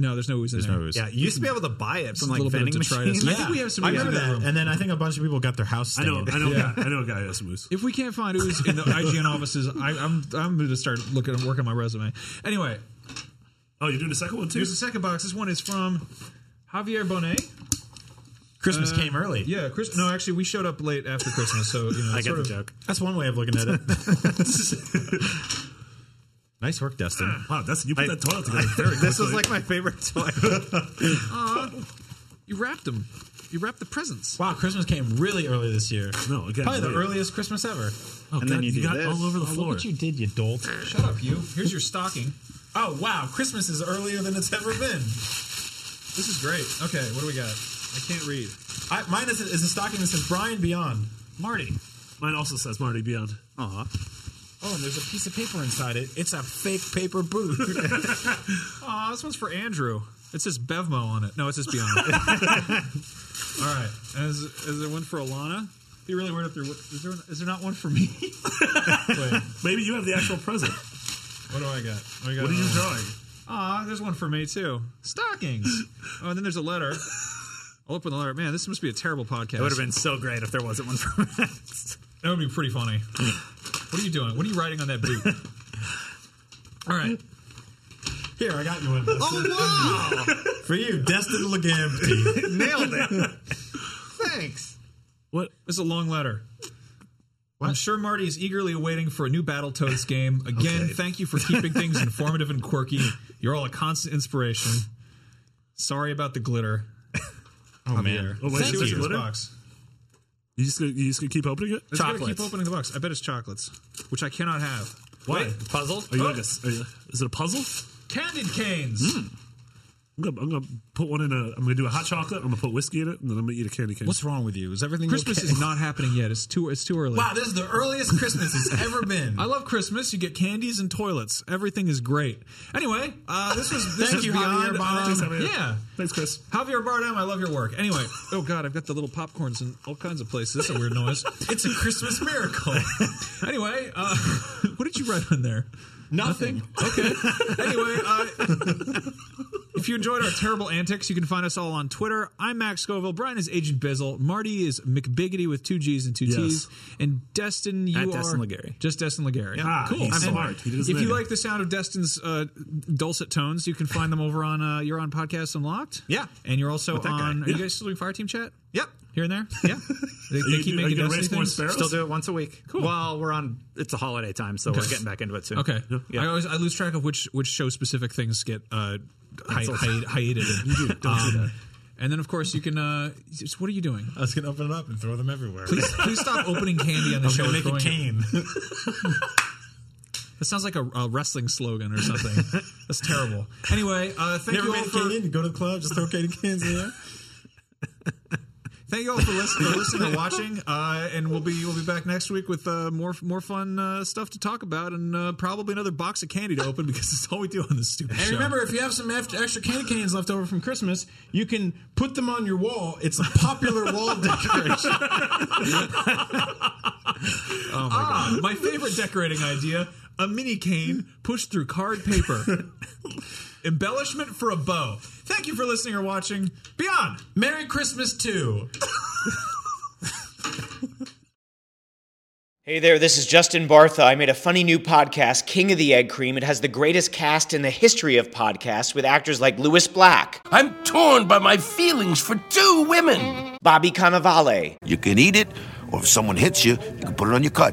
No, there's no ooze in There's there. no ooze. Yeah, you used to be able to buy it from a like little bit of vending detritus. machines. Yeah. I think we have some. I I remember remember that, that. and then I think a bunch of people got their house. I know. stained. I know. a guy, I know a guy who has some moose. If we can't find ooze in the IGN offices, I, I'm I'm going to start looking and working my resume. Anyway, Oh, you're doing the second one too. here's the second box. This one is from Javier Bonet. Christmas came early. Yeah, Chris. No, actually, we showed up late after Christmas, so you know. I it's get sort the of, joke. that's one way of looking at it. nice work, Dustin. Wow, that's you put I- that toilet together very quickly. This was like my favorite toy. You wrapped them. You wrapped the presents. Wow, Christmas came really early this year. No, again, probably the wait. earliest Christmas ever. oh, God, and then you you do got this. all over the Look floor. what you did, you dolt. Shut up, you. Here's your stocking. Oh wow, Christmas is earlier than it's ever been. This is great. Okay, what do we got? I can't read. I, mine is, is a stocking that says Brian Beyond. Marty. Mine also says Marty Beyond. Aw. Oh, and there's a piece of paper inside it. It's a fake paper boot. Aw, this one's for Andrew. It says Bevmo on it. No, it says Beyond. All right. Is, is there one for Alana? It'd be really weird if there were- is there is there not one for me? Wait, Maybe you have the actual present. what do I got? I got What are another you Uh, one. drawing? Aw, there's one for me too. Stockings. oh, and then there's a letter. I'll open the letter. Man, this must be a terrible podcast. It would have been so great if there wasn't one for Oh, Max. That would be pretty funny. what are you doing? What are you writing on that boot? All right. Here, I got you one. Oh wow! For you, Destin Legambti. Nailed it. Thanks. What? This is a long letter. I'm sure Marty is eagerly awaiting for a new Battletoads game. Again, thank you for keeping things informative and quirky. You're all a constant inspiration. Sorry about the glitter. Oh man. Oh, wait, Let's see what's there's in this glitter? box. You just gonna, you just gonna keep opening it? Let's gotta keep Chocolates. opening the box. I bet it's chocolates, which I cannot have. Why? Puzzled? Are you like a s- are you- Is it a puzzle? Candied canes. I'm gonna, I'm gonna put one in a. I'm gonna do a hot chocolate. I'm gonna put whiskey in it, and then I'm gonna eat a candy cane. What's wrong with you? Is everything Christmas okay? is not happening yet. It's too. It's too early. Wow, this is the earliest Christmas it's ever been. I love Christmas. You get candies and toilets. Everything is great. Anyway, uh, this was this Thank is you, beyond. Javier Bardem. um, Thanks, Javier. yeah, Thanks, Chris. Javier Bardem, I love your work. Anyway, oh god, I've got the little popcorns in all kinds of places. That's a weird noise. it's a Christmas miracle. anyway, uh, what did you write on there? Nothing. Okay. Anyway, uh, if you enjoyed our terrible antics, you can find us all on Twitter. I'm Max Scoville. Brian is Agent Bizzle. Marty is McBiggity with two G's and two Yes. T's. And Destin, you At are Destin Legary. just Destin Legary. Ah, he's And smart. He did his if you thing. like the sound of Destin's uh, dulcet tones, you can find them over on uh, you're on Podcast Unlocked. Yeah. and you're also With that guy. on. Are you Yeah. guys still doing Fire Team Chat? Yep. Here and there. Yeah, they, Are they you, keep are you making gonna Destiny raise more things. sparrows? Still do it once a week. Cool. Well, we're on. It's a holiday time, so we're getting back into it soon. Okay. Yeah. I always I lose track of which which show specific things get uh hi- Cancelled. hi- hiated. Um, And then of course you can. Uh, just- what are you doing? I was gonna open it up and throw them everywhere. Please, please stop opening candy on the show. Should and make a throwing it. cane. That sounds like a, a wrestling slogan or something. That's terrible. Anyway, uh, thank Never you all made a for cane. You go to the club, just throw candy cans in there. thank you all for listening, for listening and watching. Uh, and we'll be we'll be back next week with uh, more more fun uh, stuff to talk about and uh, probably another box of candy to open because it's all we do on this stupid And show. remember, if you have some eft- extra candy canes left over from Christmas, you can put them on your wall. It's a popular wall decoration. Oh, Ah, my favorite decorating idea a mini cane pushed through card paper. Embellishment for a bow. Thank you for listening or watching. Beyond! Merry Christmas too. Hey there, this is Justin Bartha. I made a funny new podcast, King of the Egg Cream. It has the greatest cast in the history of podcasts with actors like Louis Black, I'm torn by my feelings for two women. Bobby Cannavale, You can eat it, or if someone hits you, you can put it on your cut.